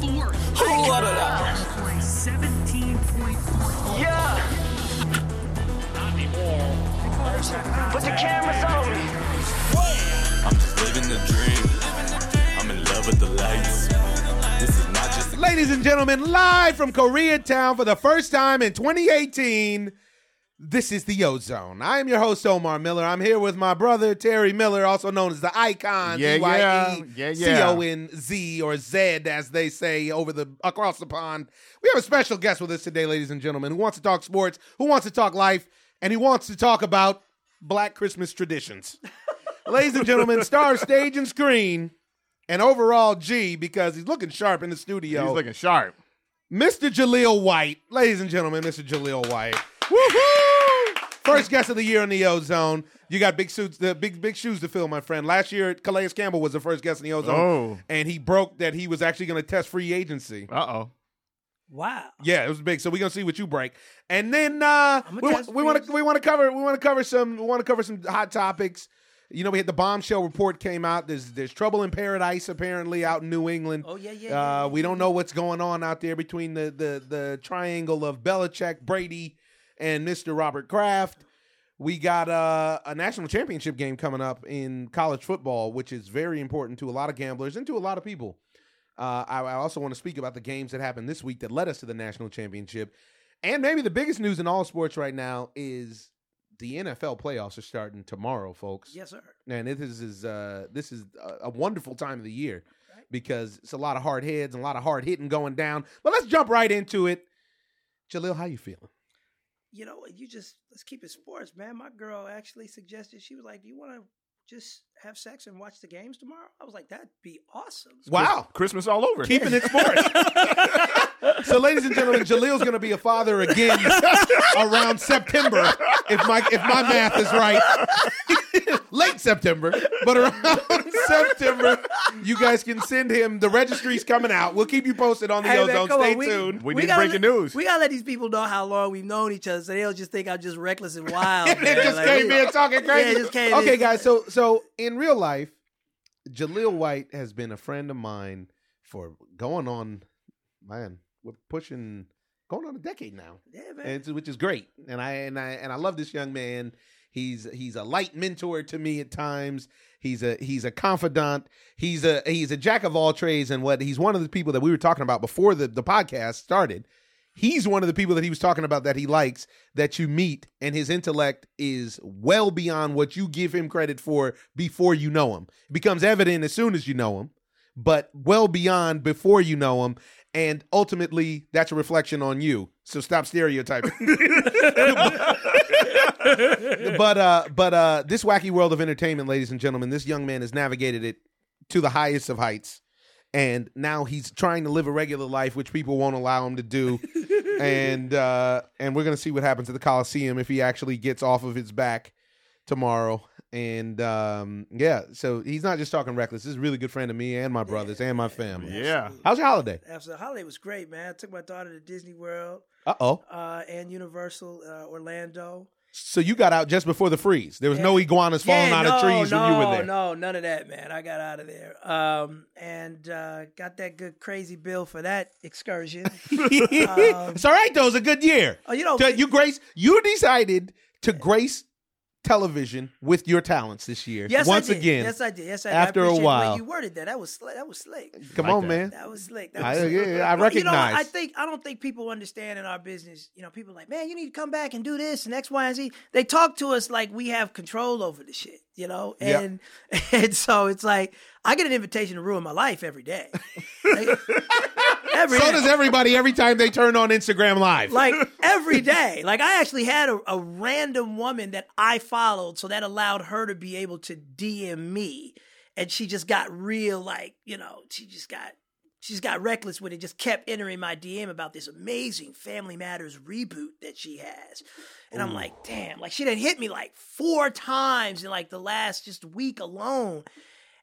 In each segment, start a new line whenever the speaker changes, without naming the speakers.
Fourth.
What it up?
By 17 points.
Yeah.
Not anymore.
Put the cameras on me.
I'm just living the dream. I'm in love with the lights. This is not just a
Ladies and gentlemen, live from Koreatown for the first time in 2018, this is the Ozone. I am your host, Omar Miller. I'm here with my brother, Terry Miller, also known as the Icon, E
Yeah,
D-Y-E,
yeah. Yeah, yeah.
C-O-N-Z, or Z, as they say over the across the pond. We have a special guest with us today, ladies and gentlemen, who wants to talk sports, who wants to talk life, and he wants to talk about black Christmas traditions. ladies and gentlemen, star stage and screen. And overall G because he's looking sharp in the studio.
He's looking sharp.
Mr. Jaleel White. Ladies and gentlemen, Mr. Jaleel White. Woohoo! First guest of the year in the Ozone. You got big suits, the big big shoes to fill, my friend. Last year, Calais Campbell was the first guest in the Ozone,
Oh.
and he broke that he was actually going to test free agency.
Uh oh.
Wow.
Yeah, it was big. So we're gonna see what you break, and then uh,
I'ma
we
test
we
free
want to
agency.
we want to cover we want to cover some we want to cover some hot topics. You know, we had the bombshell report came out. There's there's trouble in paradise apparently out in New England.
Oh, yeah, yeah,
Uh,
yeah, yeah,
we don't know what's going on out there between the the the triangle of Belichick, Brady, and Mr. Robert Kraft. We got uh, a national championship game coming up in college football, which is very important to a lot of gamblers and to a lot of people. Uh, I, I also want to speak about the games that happened this week that led us to the national championship. And maybe the biggest news in all sports right now is the NFL playoffs are starting tomorrow, folks.
Yes, sir.
And this is- is uh, this is a- a wonderful time of the year because it's a lot of hard heads and a lot of hard hitting going down. But let's jump right into it. Jalil, how you feeling?
You know, what, you just let's keep it sports, man. My girl actually suggested she was like, "Do you want to just have sex and watch the games tomorrow?" I was like, "That'd be awesome."
Wow.
Christmas all over.
Keeping it sports. so, ladies and gentlemen, Jaleel's going to be a father again around September, if my if my math is right. Late September, but around September, you guys can send him. The registry's coming out. We'll keep you posted on the
Hey, man,
ozone.
come on,
Stay
we-
tuned.
We need
gotta
breaking
let-
news.
We gotta let these people know how long we've known each other, so they'll just think I'm just reckless and wild.
They
man.
just
Like,
came
we-
in talking crazy.
Yeah, just came
okay,
in.
guys. So, so in real life, Jaleel White has been a friend of mine for going on, man, we're pushing, going on a decade now.
Yeah, man.
and it's- which is great. And I and I and I love this young man. He's he's a light mentor to me at times. He's a he's a confidant. He's a he's a jack of all trades and what he's one of the people that we were talking about before the, the podcast started. He's one of the people that he was talking about that he likes that you meet, and his intellect is well beyond what you give him credit for before you know him. It becomes evident as soon as you know him but well beyond before you know them. And ultimately, that's a reflection on you. So stop stereotyping. but uh, but uh, this wacky world of entertainment, ladies and gentlemen, this young man has navigated it to the highest of heights, and now he's trying to live a regular life, which people won't allow him to do. and uh, and we're gonna see what happens at the Coliseum if he actually gets off of his back tomorrow. And um, yeah, so he's not just talking reckless. This is a really good friend of me and my brothers and my family.
Yeah.
How's your holiday?
After the holiday was great, man. I took my daughter to Disney World
Uh oh.
uh, and Universal uh, Orlando.
So you got out just before the freeze. There was no
Yeah.
iguanas falling
Yeah,
out of
no,
trees when you
no,
were there.
No, Um, none of that, man. I got out of there um, and uh, got that good crazy bill for that excursion.
it's all right though. It was a good year.
Oh, you know-
To- you grace. You decided to grace television with your talents this year.
yes,
once
I did.
again.
Yes, I did. Yes, I did.
after a
I appreciate the way
while.
you worded that. That was slick. That was slick.
Come
Like
on,
that.
man.
That was slick. That was
I,
slick.
yeah, I
But, You know,
recognize.
I think I don't think people understand in our business. You know, people are like, man, you need to come back and do this and X, Y, and Z. They talk to us like we have control over the shit. You know,
Yeah.
and and so it's like I get an invitation to ruin my life every day. Like, every
so
day.
does everybody every time they turn on Instagram Live.
like every day. Like I actually had a, a random woman that I followed, so that allowed her to be able to DM me, and she just got real, like you know, she just got. She just got reckless with it, just kept entering my DM about this amazing Family Matters reboot that she has. And I'm like, damn, like she done hit me like four times in like the last just week alone.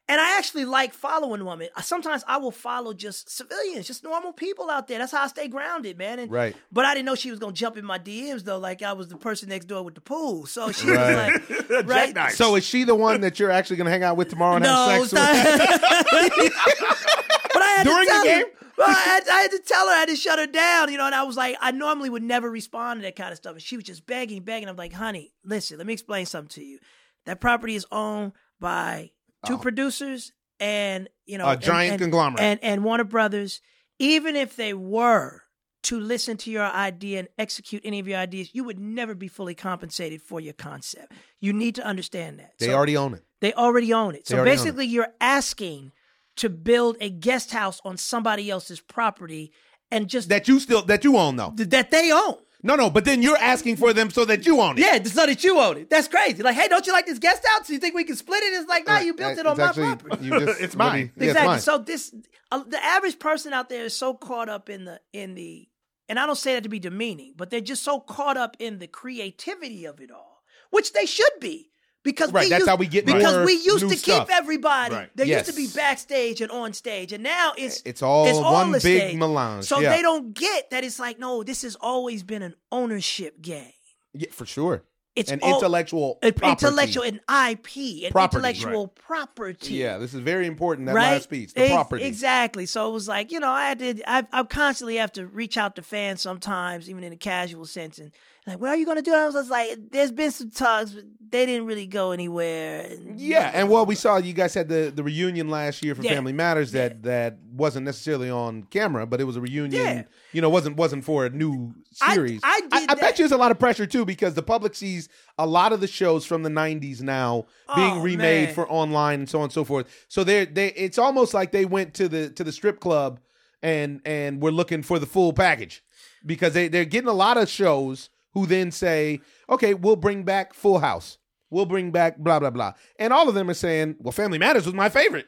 And I actually like following women. I- Sometimes I will follow just civilians, just normal people out there. That's how I stay grounded, man. And,
Right.
But I didn't know she was gonna jump in my DMs though, like I was the person next door with the pool. So she
Right.
was like, right?
So is she the one that you're actually going to hang out with tomorrow and
no,
have
it's
sex
not-
with?
but I had
During
to
the
tell
game?
her. Well, I, had, I had to tell her. I had to shut her down, you know. And I was like, I normally would never respond to that kind of stuff. And she was just begging, begging. I'm like, honey, listen, let me explain something to you. That property is owned by two producers and you know
Oh. A
and-
giant
and-
conglomerate.
and and Warner Brothers. Even if they were to listen to your idea and execute any of your ideas, you would never be fully compensated for your concept. You need to understand that.
They
So-
already own it.
they already own it.
They
So
already own it.
basically, you're asking to build a guest house on somebody else's property and just that,
That you still that you own though.
that they own.
No, no, but then you're asking for them so that you own it.
Yeah, it's not that you own it. That's crazy. Like, hey, don't you like this guest house? Do you think we can split it? It's like, nah, you built it on
Eh, It's
my
actually-
property.
you just-
It's mine.
yeah, it's
exactly.
mine.
So this, uh, the average person out there is so caught up in the in the, and I don't say that to be demeaning, but they're just so caught up in the creativity of it all, which they should be. Because
Right,
we
that's
used,
how we get more
because we used
new
to
stuff.
keep everybody.
Right.
There
Yes.
used to be backstage and on stage, and now it's
It's all one
a
big
stage.
melange,
So
yeah.
they don't get that it's like no, this has always been an ownership game.
Yeah, for sure.
It's
an
all-
intellectual
An
property.
intellectual, an IP, an
Property,
intellectual property.
Yeah, this is very important. That
right?
last piece, the
Ex-
property.
Exactly. So it was like, you know, I had to, I, I constantly have to reach out to fans sometimes, even in a casual sense. And like, what are you going to do? And I was just like, there's been some talks, but they didn't really go anywhere. And
Yeah, and what we saw, you guys had the, the reunion last year for
Yeah.
Family Matters that that wasn't necessarily on camera, but it was a reunion.
Yeah.
You know, wasn't wasn't for a new
I-
series.
I did
I, bet
that.
you there's a lot of pressure too because the public sees a lot of the shows from the '90s now being
Oh,
remade
man.
for online and so on and so forth. So they are they it's almost like they went to the to the strip club and and were looking for the full package because they they're getting a lot of shows who then say, okay, we'll bring back Full House. We'll bring back blah blah blah, and all of them are saying, "Well, Family Matters was my favorite.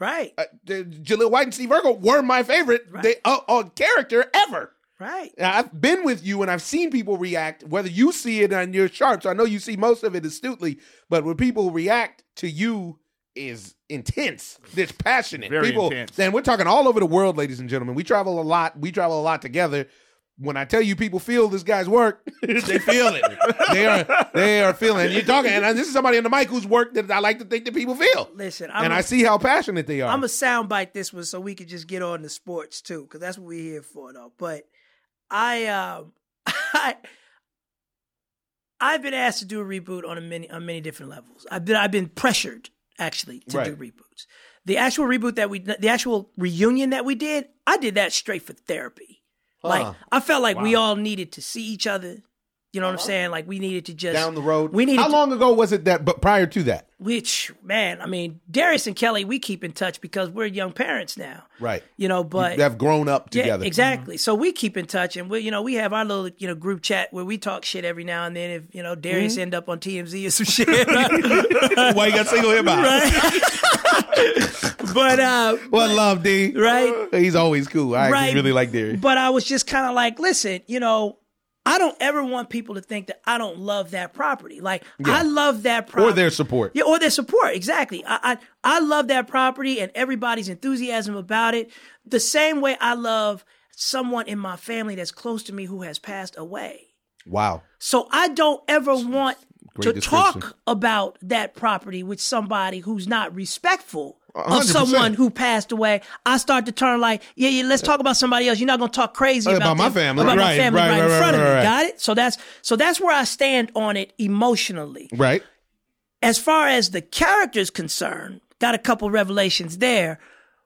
Right.
Uh, the- Jaleel White and Steve Urkel were my favorite
Right.
they, uh, uh, character ever."
Right.
And I've been with you, and I've seen people react. Whether you see it on your chart, so I know you see most of it astutely, but when people react to you is intense. It's passionate.
Very
people,
intense.
and we're talking all over the world, ladies and gentlemen. We travel a lot. We travel a lot together. When I tell you people feel this guy's work, they feel it. they are they are feeling. You're talking, and this is somebody on the mic whose work that I like to think that people feel.
Listen, I'm
and
a-
I see how passionate they are.
I'm a soundbite this one so we could just get on the sports too, because that's what we're here for though. But I um I I've been asked to do a reboot on a many on many different levels. I've been I've been pressured actually to do
Right.
reboots. The actual reboot that we the actual reunion that we did, I did that straight for therapy.
Huh.
Like I felt like we all needed to see each other. You know what I'm saying? Like we needed to just
down the road.
We needed
how
to-
long ago was it that? But prior to that,
which man, I mean, Darius and Kelly, we keep in touch because we're young parents now.
Right.
You know, but
you have grown up
yeah,
together.
exactly. So we keep in touch, and we, you know, we have our little, you know, group chat where we talk shit every now and then. If you know, Darius end up on TMZ or some shit,
Why you got single him out?
but uh,
What love, D?
Right.
He's always cool. I actually
Right.
really like Derry.
But I was just kind of like, listen, you know, I don't ever want people to think that I don't love that property. Like I love that property.
Or their support.
Yeah, or their support. Exactly. I, I I love that property and everybody's enthusiasm about it. The same way I love someone in my family that's close to me who has passed away.
Wow.
So I don't ever want
Great
to
description.
talk about that property with somebody who's not respectful of
100%.
someone who passed away. I start to turn like, yeah, yeah, let's talk about somebody else. You're not going to talk crazy
Oh, About
about,
my
them-
family.
about
Right,
my family
right,
right,
right,
in front
right,
of
right,
me.
right.
Got it? So that's so that's where I stand on it emotionally.
Right.
As far as the character's concerned, got a couple revelations there.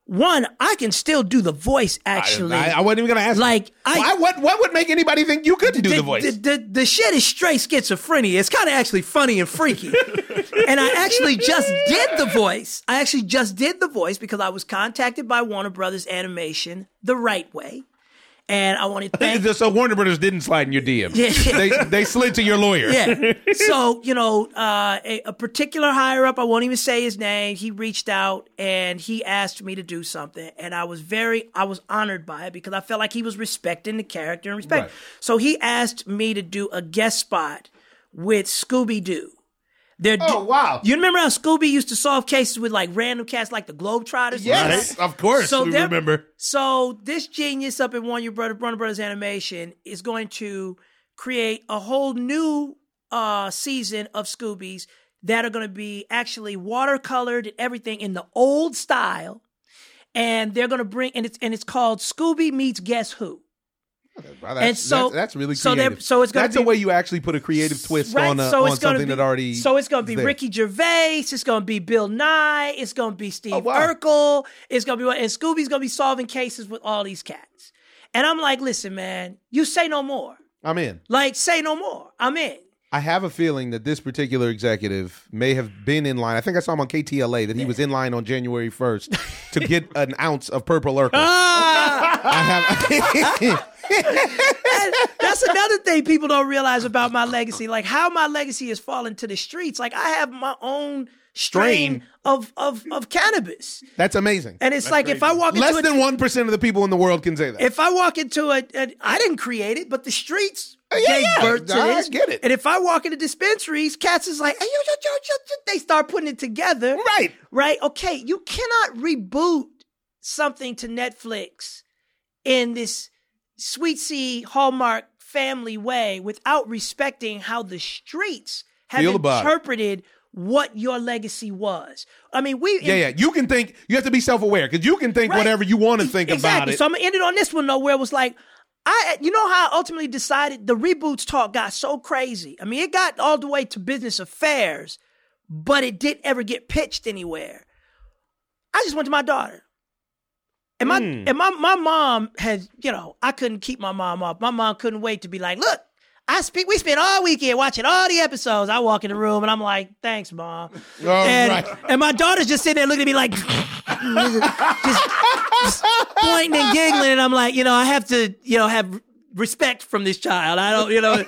One, I can still do the voice actually.
I, I wasn't even gonna ask.
Like, I-
why, what what would make anybody think you couldn't do the, voice?
The, the, the shit is straight schizophrenia. It's kind of actually funny and freaky. and I actually just did the voice. I actually just did the voice because I was contacted by Warner Brothers Animation the right way. And I wanted to thank
so Warner Brothers didn't slide in your DM.
Yeah.
They they slid to your lawyer.
yeah. So you know, uh, a, a particular higher up, I won't even say his name. He reached out and he asked me to do something, and I was very, I was honored by it because I felt like he was respecting the character and respect.
Right.
So he asked me to do a guest spot with Scooby Doo. They're
Oh, wow.
You remember how Scooby used to solve cases with like random cats like the Globetrotters?
Yes, of course.
So
we
they're-
remember.
So this genius up in Warner Your Brother Warner Brothers Animation is going to create a whole new uh, season of Scoobies that are going to be actually watercolored and everything in the old style, and they're going to bring and it's and it's called Scooby meets Guess Who.
Wow, that's,
and so-
that's, that's really
so they're-
creative.
so it's gonna
that's
be-
the way you actually put a creative twist
Right,
on, a,
so
on
it's gonna
something
be-
that already.
So it's going to
is
be
there.
Ricky Gervais. It's going to be Bill Nye. It's going to be Steve
Oh, wow.
Urkel. It's going to be and Scooby's going to be solving cases with all these cats. And I'm like, listen, man, you say no more.
I'm in.
Like, say no more. I'm in.
I have a feeling that this particular executive may have been in line. I think I saw him on KTLA that he was in line on January 1st to get an ounce of purple Urkel.
Ah!
I have.
And that's another thing people don't realize about my legacy. Like how my legacy has fallen to the streets. Like I have my own strain
Strain.
of of of cannabis,
that's amazing.
and it's like if I walk into
Less
a,
than one percent of the people in the world can say that.
if I walk into a, a I didn't create it, but the streets
Oh, yeah,
gave
yeah.
birth to
I
this.
get it.
And if I walk into dispensaries, cats is like, hey, yo, yo, yo, yo, yo," they start putting it together.
right.
Right? Okay, you cannot reboot something to Netflix in this sweet sea Hallmark family way without respecting how the streets have
Feel the vibe.
interpreted what your legacy was. I mean, we
Yeah, yeah. You can think. You have to be self-aware because you can think
Right.
whatever you want to think about
exactly.
it.
So I'm gonna end it on this one though, where it was like, I you know how I ultimately decided the reboots talk got so crazy. I mean, it got all the way to business affairs, but it didn't ever get pitched anywhere. I just went to my daughter. And my and my, my mom has, you know, I couldn't keep my mom up. My mom couldn't wait to be like, look, I speak we spent all weekend watching all the episodes. I walk in the room and I'm like, thanks, mom.
All
and,
right.
and my daughter's just sitting there looking at me like just, just pointing and giggling and I'm like, you know, I have to, you know, have respect from this child. I don't, you know,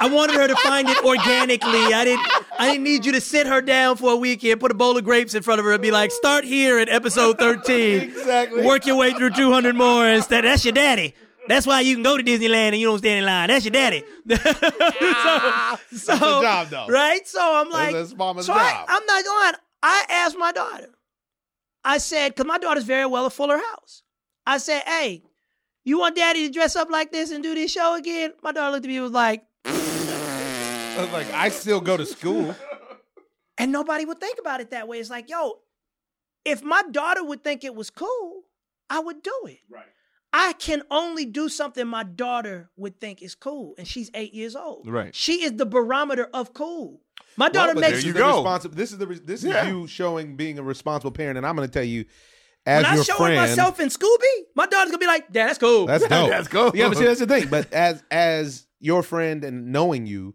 I wanted her to find it organically. I didn't I didn't need you to sit her down for a weekend, put a bowl of grapes in front of her and be like, start here at episode 13.
Exactly.
Work your way through 200 more instead. That's your daddy. That's why you can go to Disneyland and you don't stand in line. That's your daddy. so, so
her job, though.
Right? So I'm like,
that's mama's
so I,
job.
I'm not lying. I asked my daughter. I said, because my daughter's very well a Fuller House. I said, hey, you want daddy to dress up like this and do this show again? My daughter looked at me and was like,
I was like I still go to school.
and nobody would think about it that way. It's like, yo, if my daughter would think it was cool, I would do it. Right. I can only do something my daughter would think is cool, and she's eight years old.
Right.
She is the barometer of cool. My daughter
Well, but
makes
this is the responsi- this is the re- this is
Yeah.
you showing being a responsible parent, and I'm going to tell you, as
when I
your
show her
friend,
myself in Scooby, my daughter's gonna be like, "Dad, that's cool."
that's dope.
That's cool.
Yeah, but see, that's the thing. But as as your friend and knowing you,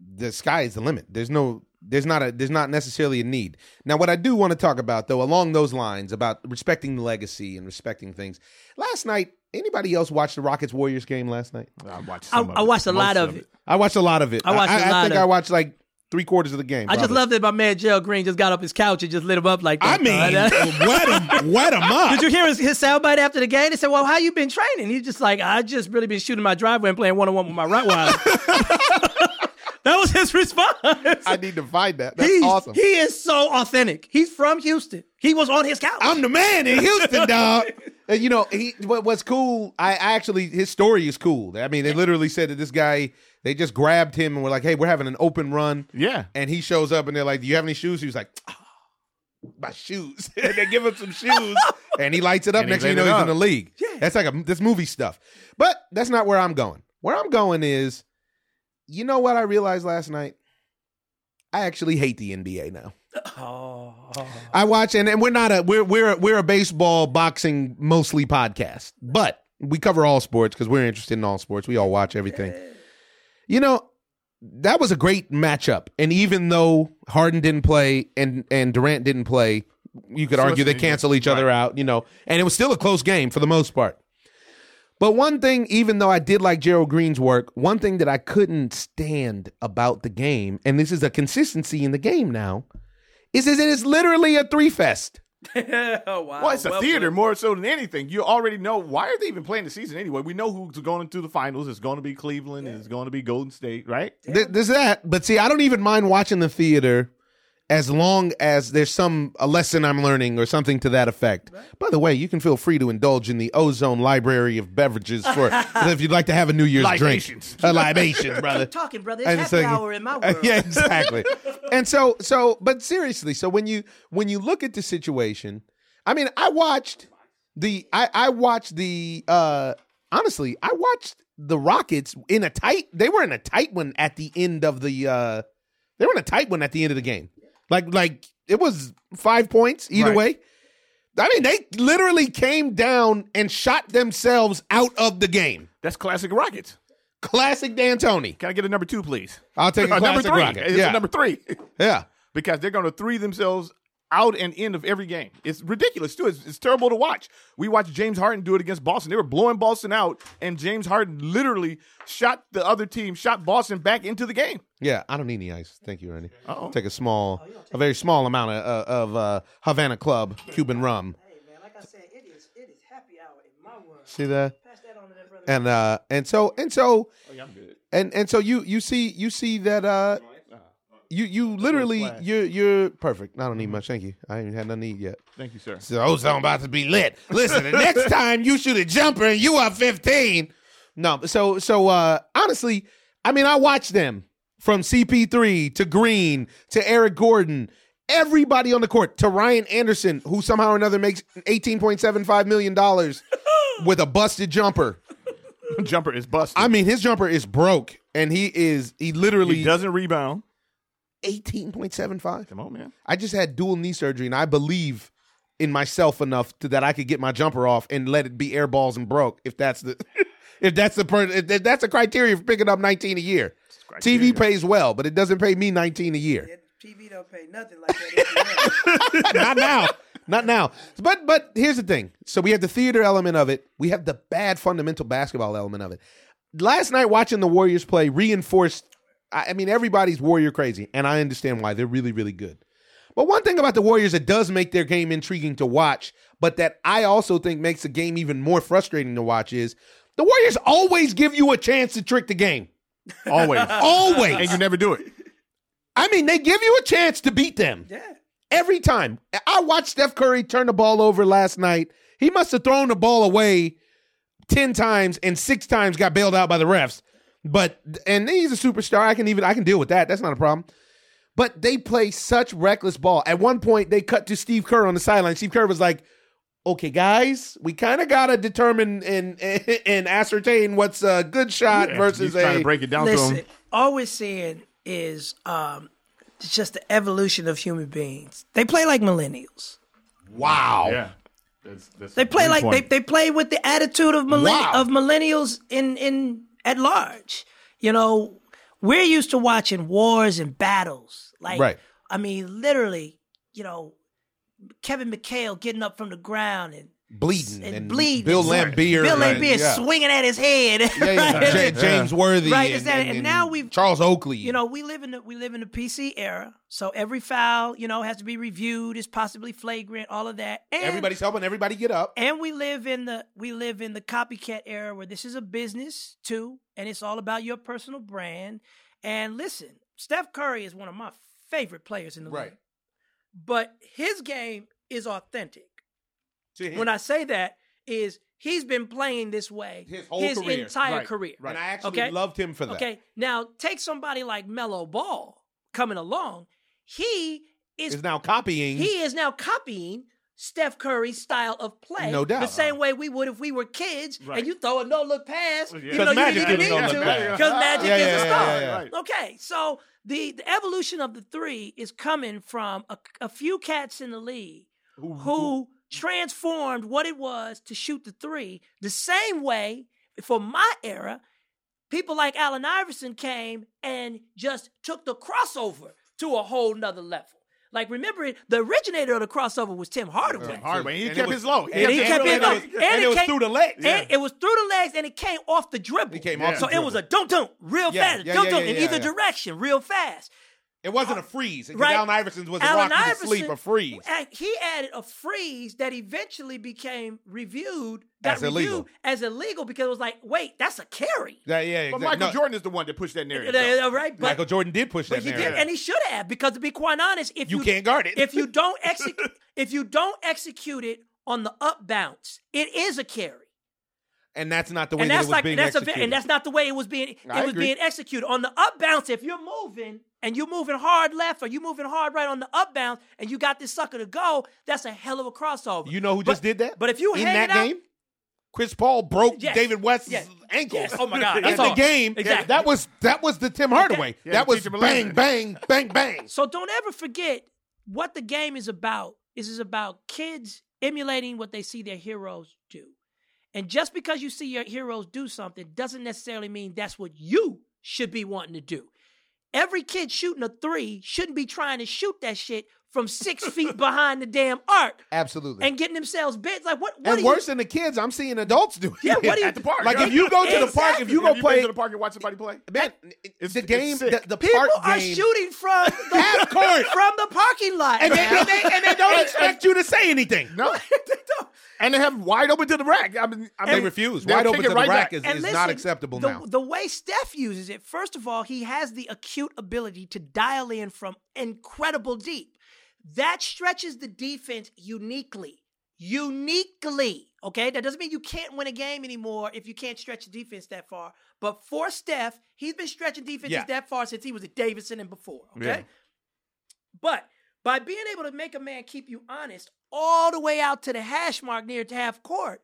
the sky is the limit. There's no there's not a there's not necessarily a need. Now, what I do want to talk about though, along those lines, about respecting the legacy and respecting things. Last night, anybody else watch the Rockets Warriors game last night?
I watched.
I,
Some of
I
it.
watched a lot
Most
of it.
I watched a lot of it.
I watched a
I
lot
think
of
I
it.
watched like three quarters of the game.
I just
probably.
love that my man Gerald Green just got up his couch and just lit him up like
I
that. though.
mean, wet him, wet him up.
Did you hear his, his soundbite after the game? They said, "Well, how you been training?" He's just like, "I just really been shooting my driveway and playing one on one with my Rottweiler." that was his response.
I need to find that. That's
He's-
awesome.
He is so authentic. He's from Houston. He was on his couch.
I'm the man in Houston, dog. And you know, he what, what's cool. I, I actually his story is cool. I mean, they literally said that this guy they just grabbed him and were like, "Hey, we're having an open run."
Yeah.
and he shows up and they're like, "Do you have any shoes?" He was like, "Ah, "My shoes." and they give him some shoes, and he lights it up.
And he
Next thing you know,
lit it
he's
up.
in the league. That's like a this movie stuff. But that's not where I'm going. Where I'm going is, you know what I realized last night? I actually hate the NBA now.
Oh.
I watch, and, and we're not a we're we're we're a baseball, boxing mostly podcast, but we cover all sports because we're interested in all sports. We all watch everything. You know, that was a great matchup, and even though Harden didn't play and and Durant didn't play, you could argue they
it's-
cancel each other out. You know, and it was still a close game for the most part. But one thing, even though I did like Gerald Green's work, one thing that I couldn't stand about the game, and this is a consistency in the game now, is, is it is literally a three fest.
oh wow.
Well, it's a
Well
theater
put.
more so than anything. You already know why are they even playing the season anyway? We know who's going to the finals. It's going to be Cleveland and it's going to be Golden State, right?
Th- there's that, but see, I don't even mind watching the theater as long as there's some a lesson I'm learning or something to that effect. By the way, you can feel free to indulge in the ozone library of beverages for if you'd like to have a New Year's
Libations.
drink, a libation, brother.
Keep talking, brother. It's
And
happy
so-
hour in my
Uh,
world.
yeah, exactly. and so, so, but seriously, so when you when you look at the situation, I mean, I watched the I I watched the uh honestly, I watched the Rockets in a tight. They were in a tight one at the end of the. uh They were in a tight one at the end of the game. Like like it was five points either way. I mean, they literally came down and shot themselves out of the game.
That's classic Rockets.
Classic D'Antoni.
Can I get a number two, please?
I'll take a
Uh, number
classic
three.
Rocket.
It's
Yeah.
a number three
Yeah.
because they're going to three themselves out and end of every game. It's ridiculous too. It's, it's terrible to watch. We watched James Harden do it against Boston. They were blowing Boston out, and James Harden literally shot the other team, shot Boston back into the game.
Yeah, I don't need any ice. Thank you, Randy.
Uh-oh.
Take a small, a very small amount of, uh, of uh, Havana Club Cuban rum.
Hey man, like I said, it is it is happy hour in my world.
See that?
Pass that on to that brother.
And uh, and so and so, and and so you you see you see that uh, you you literally you're you're perfect. I don't need much. Thank you. I ain't had nothing to eat yet.
Thank you, sir.
So ozone about to be lit. Listen, the next time you shoot a jumper and you are 15. No, so so uh honestly, I mean I watched them from CP3 to Green to Eric Gordon, everybody on the court, to Ryan Anderson, who somehow or another makes $18.75 million dollars with a busted jumper.
Jumper is busted.
I mean, his jumper is broke and he is he
he
literally
doesn't rebound.
18.75.
Come on, man.
I just had dual knee surgery, and I believe in myself enough to, that I could get my jumper off and let it be air balls and broke. If that's the, if that's the per, if that- that's the criteria for picking up nineteen a year. TV pays well, but it doesn't pay me nineteen a year.
That TV don't pay nothing like that.
Not now. Not now. But but here's the thing. So we have the theater element of it. We have the bad fundamental basketball element of it. Last night watching the Warriors play reinforced I I mean everybody's warrior crazy and I understand why. They're really really good. But one thing about the Warriors that does make their game intriguing to watch, but that I also think makes the game even more frustrating to watch is the Warriors always give you a chance to trick the game.
Always.
Always.
and you never do it.
I mean, they give you a chance to beat them.
yeah.
Every time. I watched Steph Curry turn the ball over last night. He must have thrown the ball away 10 times and 6 times got bailed out by the refs. But and he's a superstar. I can even I can deal with that. That's not a problem. But they play such reckless ball. At one point they cut to Steve Kerr on the sideline. Steve Kerr was like, "Okay, guys, we kind of got to determine and, and ascertain what's a good shot
He's
versus
trying
a
to break it down to
Listen,
him.
all we're seeing is um, it's just the evolution of human beings. They play like millennials.
wow."
Yeah. That's, that's
They play like they,
point.
they play with the attitude of millenn-
Wow.
of millennials in in at large. You know, we're used to watching wars and battles. Like
Right.
I mean, literally, you know, Kevin McHale getting up from the ground and
Bleeding
and,
and,
bleeding.
Bill Lambier,
Bill
and-
Lambier
yeah.
swinging at his head.
Yeah, yeah,
right?
J- James Worthy,
Right,
And,
is that-
and-
and
and
now we've-
Charles Oakley.
You know, we live in the we live in the PC era, so every foul, you know, has to be reviewed, is possibly flagrant, all of that. And
everybody's helping everybody get up.
and we live in the we live in the copycat era where this is a business too and it's all about your personal brand and listen steph curry is one of my favorite players in the
Right.
league but his game is authentic
To him.
when i say that is he's been playing this way
His whole career.
entire
Right,
career
right.
and I actually
okay?
loved him for that.
okay now take somebody like mellow ball coming along he is
Is now copying.
he is now copying Steph Curry's style of play.
No doubt.
The same way we would if we were kids and you throw a no look pass.
Yeah.
You know, you
Magic
didn't even
did a
need
no-look
to
pass.
because Magic
Yeah,
is
yeah,
a
yeah,
star.
yeah, yeah.
Right.
Okay, so the, the evolution of the three is coming from a, a few cats in the league who, transformed what it was to shoot the three the same way for my era. People like Allen Iverson came and just took the crossover to a whole nother level. Like, remember, it, the originator of the crossover was Tim Hardaway.
Hardaway. He
And it
kept
was-
his low.
And he
And
kept
it
it
was-
up.
and it was
came-
through the legs.
And it was through the legs, and it came off the dribble.
It came off
so
the
it was a dunk dunk real
Yeah,
fast,
yeah,
dunk
yeah,
dunk
yeah,
in
yeah,
either
yeah.
direction real fast.
It wasn't a freeze.
Right.
Allen Iverson's was a
Allen
rock you to sleep,
Iverson-
a freeze.
And He added a freeze that eventually became reviewed got
As
reviewed
illegal.
as illegal because it was like, wait, that's a carry.
Yeah, yeah,
But
exactly.
Michael
No,
Jordan is the one that pushed that narrative. though.
Uh, Right, but,
Michael Jordan did push
but
that
he did,
narrative.
and he should have because to be quite honest, if
You
you,
can't guard it.
if you don't execute, if you don't execute it on the up bounce, it is a carry.
and that's not the way
and
that it
that's
was
like
being
that's a,
executed.
ve- and that's not the way it was being it
I
was
agree.
being executed on the up bounce. If you're moving and you're moving hard left or you moving hard right on the up bounce and you got this sucker to go, that's a hell of a crossover.
you know who just
But-
did that?
But if you
in
hang
that
it out,
game, Chris Paul broke
Yes.
David West's
Yes.
ankle.
Yes. Oh, my God.
in
That's
the
all.
game,
Exactly.
that was that was the Tim Hardaway.
Yeah,
that
the
was
teacher
bang,
believer.
bang, bang, bang.
So don't ever forget what the game is about. Is is about kids emulating what they see their heroes do. And just because you see your heroes do something doesn't necessarily mean that's what you should be wanting to do. Every kid shooting a three shouldn't be trying to shoot that shit from six feet behind the damn arc
Absolutely.
and getting themselves bit. Like what? what
And
are
worse
you,
than the kids, I'm seeing adults do it
Yeah, what do you-
at the
At the
park.
park,
Like
yeah.
if you go to the park, if you go
been
play,
to the park and watch somebody play.
man,
It's-
the
it's
game,
sick.
the, the
people
park
are
game,
shooting from the
Half court.
from the parking lot.
and they, and they, and they don't expect you to say anything.
No,
They don't-
and they have wide open to the rack. I mean, I mean
They refuse.
they'll
Wide
kick
open
it
to the
right
rack
back.
is,
And
is
listen,
not acceptable
the,
now.
The way Steph uses it, first of all, he has the acute ability to dial in from incredible deep. That stretches the defense uniquely. Uniquely. Okay? That doesn't mean you can't win a game anymore if you can't stretch the defense that far. But for Steph, he's been stretching defenses
Yeah.
that far since he was at Davidson and before. Okay?
Yeah.
But by being able to make a man keep you honest all the way out to the hash mark near to half court,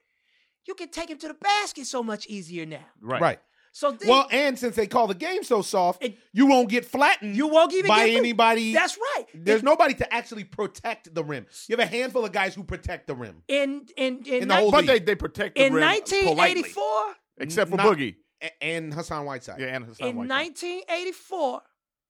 you can take him to the basket so much easier now.
right.
right.
So then
Well, and since they call the game so soft,
It-
you won't get flattened.
you won't even
by
get beat.
anybody.
That's right.
There's nobody to actually protect the rim. You have a handful of guys who protect the rim.
in in in,
In the
ni-
whole
But
league.
they, they protect the
in
rim
1984
politely, except for
Not-
Boogie.
A- and Hassan Whiteside.
Yeah, and Hassan
in
Whiteside.
1984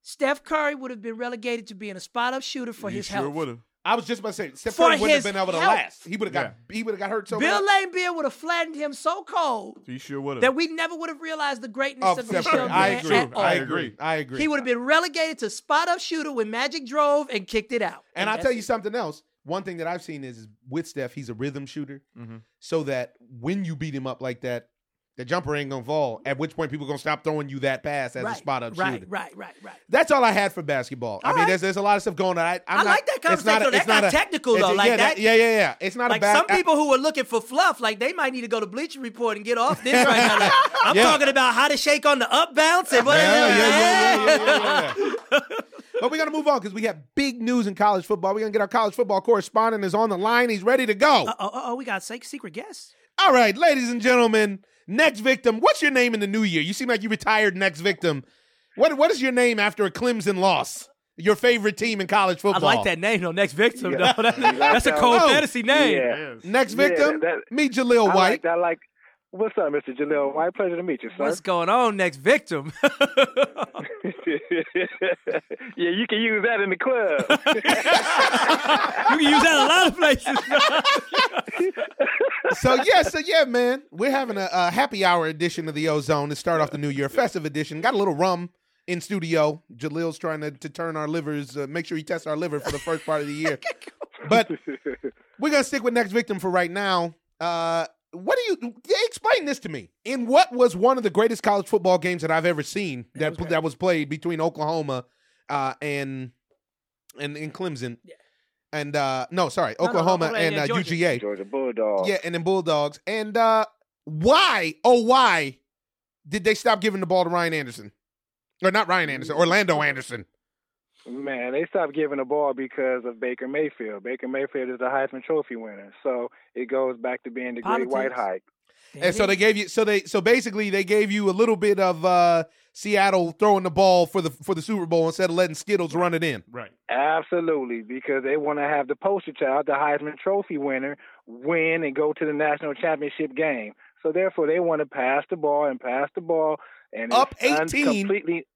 Steph Curry would have been relegated to being a spot up shooter for
He
his
sure
health.
would've.
I was just about to say Steph
For
Curry wouldn't have
his
been able to
health.
last. He would have got he would have got hurt so
Bill
bad.
Laimbeer would have flattened him so cold
He sure would
that
have.
we never would have realized the greatness
Oh,
of this
Steph
young
Curry. I
man
agree.
at all.
I
all.
agree. I agree.
He would have been relegated to spot up shooter when Magic drove and kicked it out.
And I'll
that's
tell you
it.
something else. One thing that I've seen is, is with Steph, he's a rhythm shooter.
Mm-hmm.
So that when you beat him up like that, the jumper ain't gonna fall. At which point, people gonna stop throwing you that pass as a
right,
spot up
right,
shooter.
Right, right, right.
That's all I had for basketball. I
All
mean,
right.
there's there's a lot of stuff going on. I, I'm
I
not-
like that
it's not a-
conversation, though.
it's
That
not
got
a-
technical,
it's-
though, like
yeah,
that-
Yeah, yeah, yeah. It's not
Like
a bad. uh,
some people who were looking for fluff, like they might need to go to Bleacher Report and get off this right now. Like, I'm
Yeah.
talking about how to shake on the up bounce and what.
Yeah, yeah, yeah, yeah, yeah, yeah, yeah. but we're gonna move on because we have big news in college football. We're gonna get our college football correspondent is on the line. He's ready to go.
Oh, oh, oh, we got se- secret guests.
All right, ladies and gentlemen, next victim. What's your name in the new year? You seem like you retired. Next victim. What What is your name after a Clemson loss? Your favorite team in college
I
football.
like that name though. Next victim.
Yeah.
though. That-
You like
that's a
that
cold
one?
fantasy name.
Yeah.
Next
Yeah,
victim.
that-
meet Jaleel
I like
White.
that. I like. What's up, Mr. Jaleel? Why pleasure to meet you, sir.
What's going on, next victim?
yeah, you can use that in the club.
You can use that in a lot of places.
so yeah, so yeah, man. We're having a, a happy hour edition of the Ozone to start off the new year, festive edition. Got a little rum in studio. Jaleel's trying to, to turn our livers, uh, make sure he tests our liver for the first part of the year. But we're gonna stick with next victim for right now. Uh, what do you explain this to me? In what was one of the greatest college football games that I've ever seen that that was played between Oklahoma uh, and and and Clemson. And uh, no, sorry,
no, no,
Oklahoma
Oklahoma
and
and
uh,
Georgia.
UGA.
Georgia Bulldog.
Yeah, and then Bulldogs. And uh why, oh why did they stop giving the ball to Ryan Anderson? Or not Ryan Anderson, Orlando Anderson.
Man, they stopped giving the ball because of Baker Mayfield. Baker Mayfield is the Heisman Trophy winner, so it goes back to being the great white
Politics.
hype.
And so they gave you so they so basically they gave you a little bit of uh Seattle throwing the ball for the for the Super Bowl instead of letting Skittles run it in.
Right.
Absolutely, because they want to have the poster child, the Heisman Trophy winner, win and go to the national championship game. So therefore, they want to pass the ball and pass the ball and
Up
it's un-
18.
completely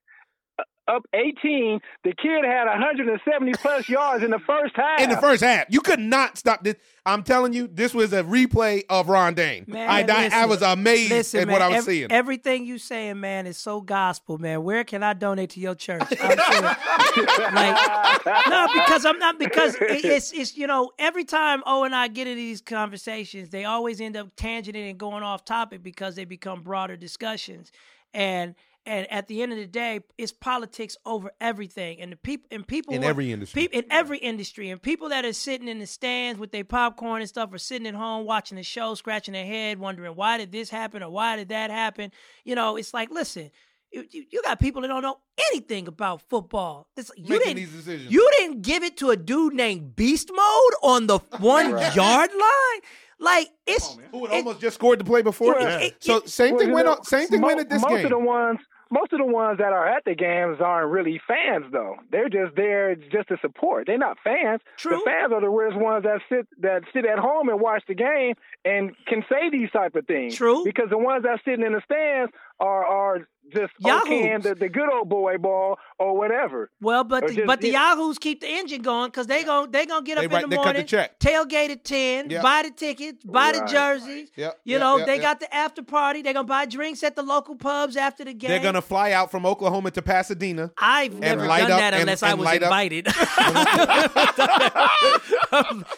uh, up 18. The kid had 170 plus yards in the first half.
in the first half. You could not stop this. I'm telling you, this was a replay of Ron Dane.
Man,
I, I, I
listen.
was amazed
Listen,
at
man,
what I was
ev-
seeing.
Everything you saying, man, is so gospel, man. Where can I donate to your church? I'm serious. like, no, because I'm not because it- it's it's you know every time O and I get into these conversations, they always end up tangenting and going off topic because they become broader discussions, and and at the end of the day, it's politics over everything, and the people and people
In
who are-
every industry.
peop- in every industry, and people that are sitting in the stands with their popcorn and stuff, or sitting at home watching the show, scratching their head, wondering why did this happen or why did that happen. You know, it's like, listen, you, you, you got people that don't know anything about football. It's like, you
Making
didn't
these decisions.
you didn't give it to a dude named Beast Mode on the one yard line. Like it's
Who had
it-
almost just scored the play before?
Well,
this.
it-
so
it-
same thing
Well,
went
you
on.
know,
Same thing
mo-
went at this
most
game.
of the ones, most of the ones that are at the games aren't really fans, though. They're just there just to support. They're not fans.
True.
The fans are the weirdest ones that sit that sit at home and watch the game and can say these type of things.
True.
Because the ones that sitting in the stands are are just
Yahoos.
okaying the, the good old boy ball or whatever.
Well, but
Or
the,
just-
but the
yeah.
Yahoos keep the engine going because they gon' they gonna get
They
up
write-
in
they
the
cut the
morning,
check.
tailgate at ten,
Yep.
buy the tickets, buy the
Right.
jerseys.
Yep,
You
yep,
know
yep,
they
yep.
got the after party. They gonna buy drinks at the local pubs after the game.
They're gonna fly out from Oklahoma to Pasadena.
I've never
light
done
up
that
and-
unless I
and
was
light up.
invited. You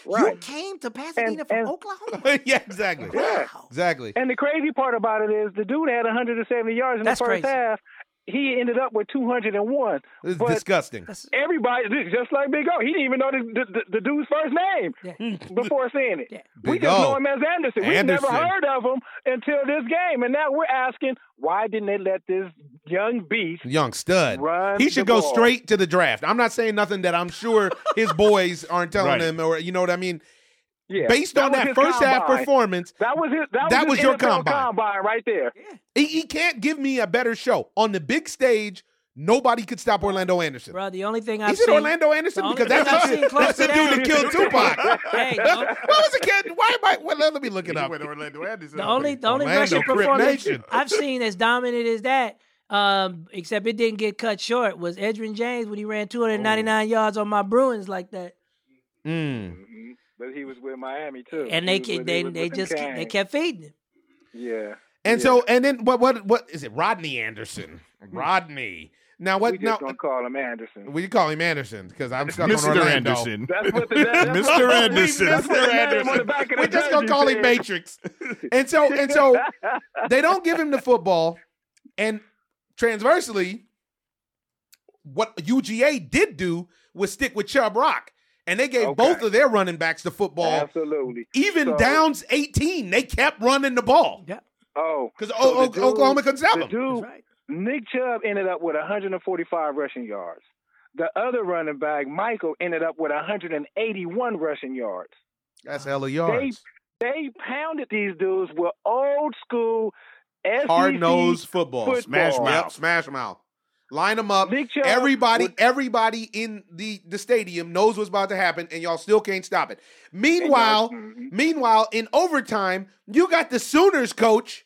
Right.
came to Pasadena
And-
from
and-
Oklahoma.
yeah, exactly.
Wow.
Exactly.
And the crazy part about it is the dude had 170 yards in
That's
the first
crazy.
half. He ended up with 201.
It's
but
disgusting.
Everybody, just like Big O, he didn't even know the, the, the dude's first name before seeing it.
Yeah.
We
Big
just
O.
know him as Anderson. We never
Anderson.
heard of him until this game, and now we're asking why didn't they let this young beast?
Young stud.
Run
he
the
should go
ball.
straight to the draft. I'm not saying nothing that I'm sure his boys aren't telling
Right.
him, or you know what I mean.
Yeah,
Based on
was
that
his
first half
combine.
performance,
That was his. That,
That
was,
was
his
your
NFL
combine.
right there.
He, he can't give me a better show on the big stage. Nobody could stop Orlando Anderson.
Bro, the only thing I've
Is it
seen
Orlando Anderson?
the only
Because
thing
that's
I've
the,
seen close
that's the
to
dude
that-
that killed Tupac.
Hey,
That's-
don't-
what was the kid? Why am I? Well, let me look it up.
Wait, Orlando Anderson.
The only the only
Orlando
Russian
Crip
performance
Nation.
I've seen as dominant as that, um, except it didn't get cut short, was Edrin James when he ran 299 yards on my Bruins like that,
Mm.
But he was with Miami too.
and they
He was
ke-
with-
they
he was
they
with them
just kept, they
Canes.
kept feeding him.
Yeah. Mm.
And so, and then what? What? What is it? Rodney Anderson. Rodney. Now
We
what?
just
Now
gonna call him Anderson.
we call him Anderson because I'm stuck on
Mr.
Orlando.
Anderson.
That's what the that, that's what-
Mr. Anderson.
That's what the
Mr.
name on the
Anderson.
back of the
We're just
jersey
gonna call him
said.
Matrix. And so, and so, they don't give him the football. And transversely, what UGA did do was stick with Chubb Rock. And they gave
Okay.
both of their running backs the football.
Absolutely.
Even
So-
downs 18, they kept running the ball
Yeah,
Oh,
because
So the dude-
Oklahoma couldn't stop
the
them.
that's
dude,
right.
Nick Chubb ended up with 145 rushing yards. The other running back, Michael, ended up with 181 rushing yards.
That's hella
They
yards.
they pounded these dudes with old school E SEC.
Hard nosed football.
football.
Smash mouth. Yep, smash mouth. Line them up.
Nick Chubb
everybody,
was-
everybody in the, the stadium knows what's about to happen, and y'all still can't stop it. Meanwhile,
Mhm.
meanwhile, in overtime, you got the Sooners coach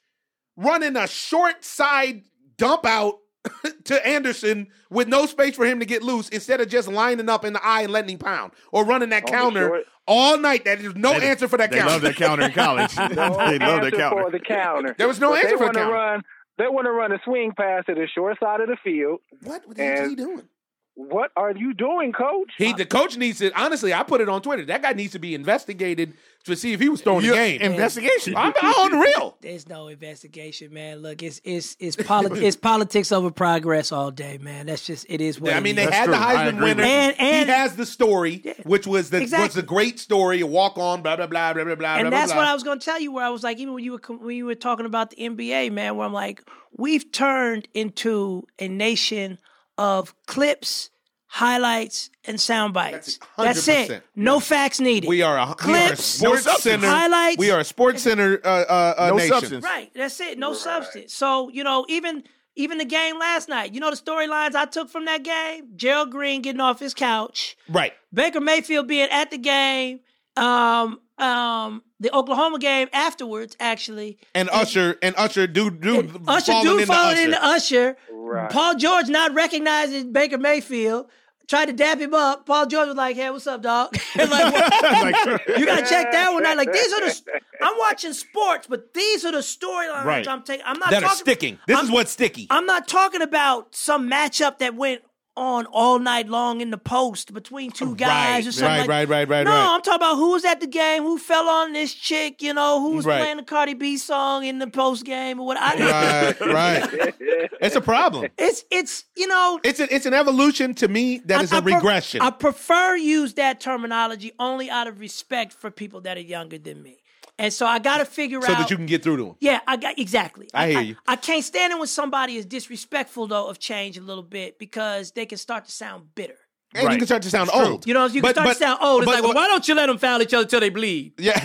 running a short side dump out to Anderson with no space for him to get loose instead of just lining up in the eye and letting him pound or running that
On the
counter
short-
all night. That is no
They-
answer for that
They
counter.
love that counter in college. they love
answer
that counter.
for the counter.
There was no
But
answer
they
for the
wanna
counter.
Run, they want to run a swing pass to the short side of the field.
What the heck is he
And-
doing?
What are you doing, coach?
He, the coach needs to. Honestly, I put it on Twitter. That guy needs to be investigated to see if he was throwing
Yeah,
the game.
Investigation.
I'm, I'm on the real.
There's no investigation, man. Look, it's it's it's poli- it's politics over progress all day, man. That's just it is what
I
it
mean,
is.
they
That's
had the
true. I
Heisman
agree.
winner.
And- and-
he has the story, which was the was
Exactly.
the great story. A walk on, blah blah blah blah blah blah.
and
blah,
that's
blah.
what I was going to tell you. Where I was like, even when you were com- when you were talking about the NBA, man, where I'm like, we've turned into a nation of clips, highlights, and sound bites. That's, it.
100%.
No facts needed.
We are a, we are a
clips,
sports
no
center.
highlights.
We are a sports center uh, uh, uh,
No
nation.
substance.
Right. That's it. No substance. So, you know, even even the game last night, you know the storylines I took from that game? Gerald Green getting off his couch,
Right.
Baker Mayfield being at the game, Um, um, the Oklahoma game afterwards, actually,
And Usher and Usher dude dude
and Usher
falling
do
into
falling
Usher.
into Usher.
Right.
Paul George not recognizing Baker Mayfield. Tried to dap him up. Paul George was like, "Hey, what's up, dog?" And like, you gotta check that one out. Like, these are the. I'm watching sports, but these are the storylines
Right.
I'm taking. I'm not
that are
talking-
sticking. This
I'm-
is what's sticky.
I'm not talking about some matchup that went on all night long in the post between two guys or something.
right,
like-
right, right, right,
No,
right.
I'm talking about who was at the game, who fell on this chick, you know, who was
Right.
playing the Cardi B song in the post game or what. I,
right, right.
Uh, It's a problem.
It's it's you know
It's a, it's an evolution to me that is a
I- I pre-
regression.
I prefer use that terminology only out of respect for people that are younger than me, and so I got to figure
so
out
that you can get through to him.
Yeah, I got exactly.
I hear you.
I, can't stand it when somebody is disrespectful though of change a little bit because they can start to sound bitter.
And you
Right.
can start to sound old.
You know, you can
But-
start
but-
to sound old. It's
but-
like, well,
but-
why don't you let them foul each other till they bleed?
Yeah.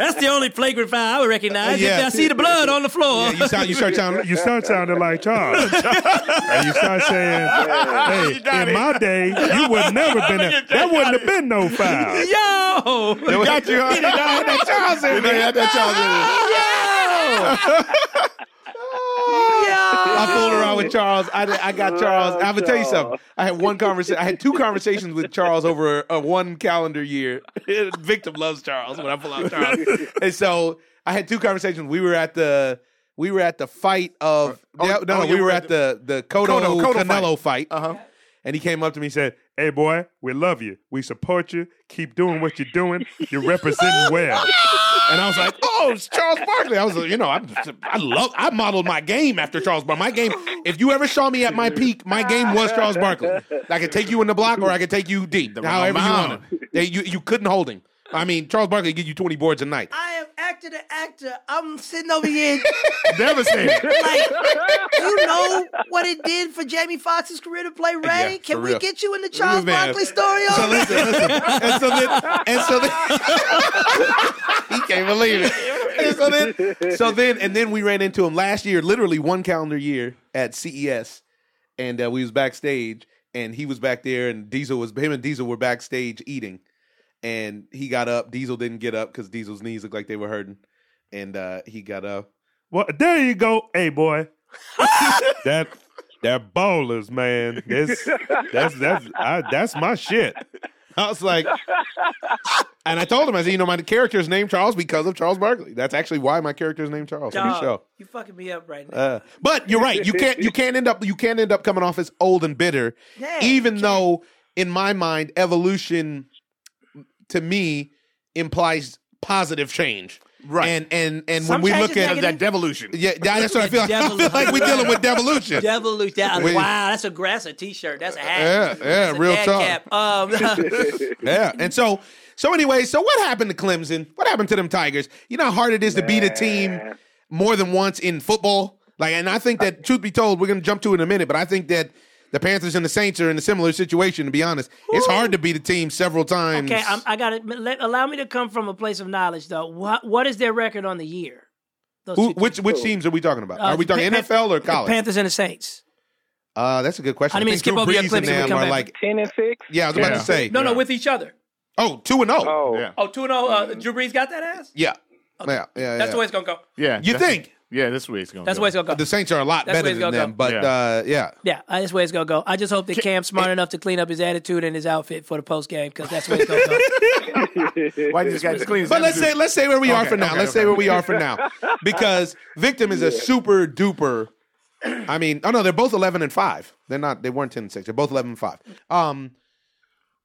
That's the only flagrant foul I would recognize.
Yeah.
If I see the blood on the floor.
you sound you start sounding
You start sounding like Charles. and you start saying,
You
hey,
got
in
it.
my day, you would never been there. That wouldn't have been no foul.
Yo,
They got you, huh? They had that Charles in They had that Charles in
I fooled around with Charles. I, did- I got Charles. I'm gonna tell you something. I had one conversation. I had two conversations with Charles over a, one calendar year. Victim loves Charles when I pull out Charles. and so I had two conversations. We were at the we were at the fight of
Oh,
yeah, no,
oh,
no,
you
we were
were
at
at
the the Cotto,
Cotto- Cotto
Canelo fight.
Uh huh.
And he came up to me and said,
Hey, boy, we love you. We support you. Keep doing what you're doing. You're representing well.
and I was like, "Oh, it's Charles Barkley." I was like, you know, I, I love I modeled my game after Charles Barkley. My game, if you ever saw me at my peak, my game was Charles Barkley. I could take you in the block or I could take you deep, however you
mound.
wanted. They- you you couldn't hold him. I mean, Charles Barkley give you 20 boards a night.
I am actor to actor. I'm sitting over here
Devastating.
like, you know what it did for Jamie Foxx's career to play Ray?
Yeah,
Can
for
we
real.
get you in the Charles
Man.
Barkley story? already?
listen, listen. And so then, and so then, he can't believe it.
And so then, so then, and then we ran into him last year, literally one calendar year at CES, and uh, we was backstage, and he was back there, and Diesel was him and Diesel were backstage eating, and he got up. Diesel didn't get up because Diesel's knees looked like they were hurting, and uh, he got up.
Well, there you go. Hey, boy. that that ballers, man. That's that's that's I, that's my shit.
I was like,
And I told him, I said, you know, my character is named Charles because of Charles Barkley. That's actually why my character is named Charles on the
Dog,
show.
you fucking me up right now.
Uh, but you're right. You can't you can't end up you can't end up coming off as old and bitter.
Yeah,
even though in my mind evolution to me implies positive change.
Right.
And and and
Some
when we
change
look
is
at
negative.
That devolution.
yeah, that- that's what I feel like. I
Devil-
feel like we're dealing with devolution.
Devil Luke, that,
We-
wow, that's a grass, a t-shirt, that's a hat,
Yeah, yeah,
That's a
real
dad
talk.
cap. Um,
Yeah. And so so anyway, so what happened to Clemson? What happened to them Tigers? You know how hard it is to beat a team more than once in football? Like and I think that truth be told, we're gonna jump to it in a minute, but I think that the Panthers and the Saints are in a similar situation, to be honest. It's hard to beat a team several times.
okay, I'm, I got to allow me to come from a place of knowledge though. What what is their record on the year? Those
Who,
two
which
teams.
which teams are we talking about?
Uh,
are we
the
talking
Pan-
NFL or
the
college?
Panthers and the Saints.
Uh, that's a good question.
I didn't mean
think
to skip
Drew
over your
Brees and
Clemson when we
them
come
are
back.
like,
Ten and six.
yeah, I was about
Yeah.
to say,
No, no, with each other.
oh, two and oh.
Oh,
Yeah.
Oh, 2 0. Uh, Drew Brees got that ass?
yeah, yeah, yeah.
That's
yeah.
the way it's going to go.
Yeah.
you
that's-
think
Yeah, this way it's going.
That's the way it's going to go.
the Saints are a lot
That's the
better
way
than
it's gonna
them,
go.
but
Yeah.
uh, yeah,
Yeah, uh, that's where it's gonna go. I just hope that Cam's smart enough to clean up his attitude and his outfit for the post game because that's where it's gonna go.
Why you just got to clean?
But let's say let's say where we are
Okay,
for now.
okay,
let's
okay.
say where we are for now, because victim is a super duper. I mean, oh no, they're both eleven and five. They're not. They weren't ten and six. They're both eleven and five. Um,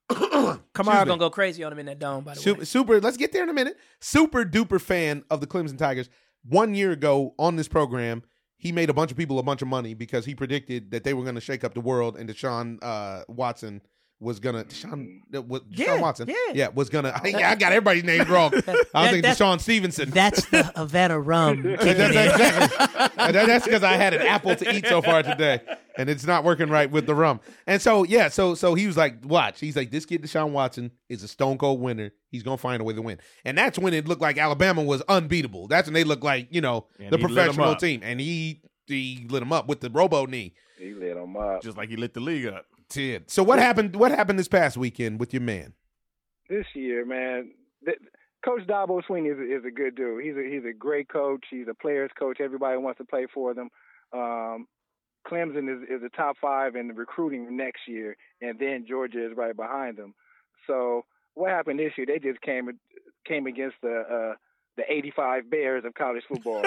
Kamara gonna go crazy on him in that dome. By the
super,
way,
super. Let's get there in a minute. Super duper fan of the Clemson Tigers. One year ago on this program, he made a bunch of people a bunch of money because he predicted that they were going to shake up the world and Deshaun uh, Watson was gonna Deshaun, uh, wa- Deshaun
Yeah,
Watson
yeah.
was gonna I, I got everybody's name wrong. I was thinking
that's-
Deshaun Stevenson.
that's the Havana rum. kicking
That's
in.
exactly. And that- that's because I had an apple to eat so far today, and it's not working right with the rum. And so yeah, so so he was like, watch. He's like, this kid Deshaun Watson is a stone cold winner. He's gonna find a way to win. And that's when it looked like Alabama was unbeatable. That's when they looked like you know
And
the
he lit 'em
professional
up.
team, and he he lit him up with the robo knee.
He lit him up.
just like he lit the league up.
Did so? What happened? What happened this past weekend with your man?
this year, man. Th- coach Dabo Sweeney is a, is a good dude. He's a he's a great coach. He's a players coach. Everybody wants to play for them. Um, Clemson is is the top five in recruiting next year, and then Georgia is right behind them. So what happened this year? They just came came against the uh, the 85 Bears of college football.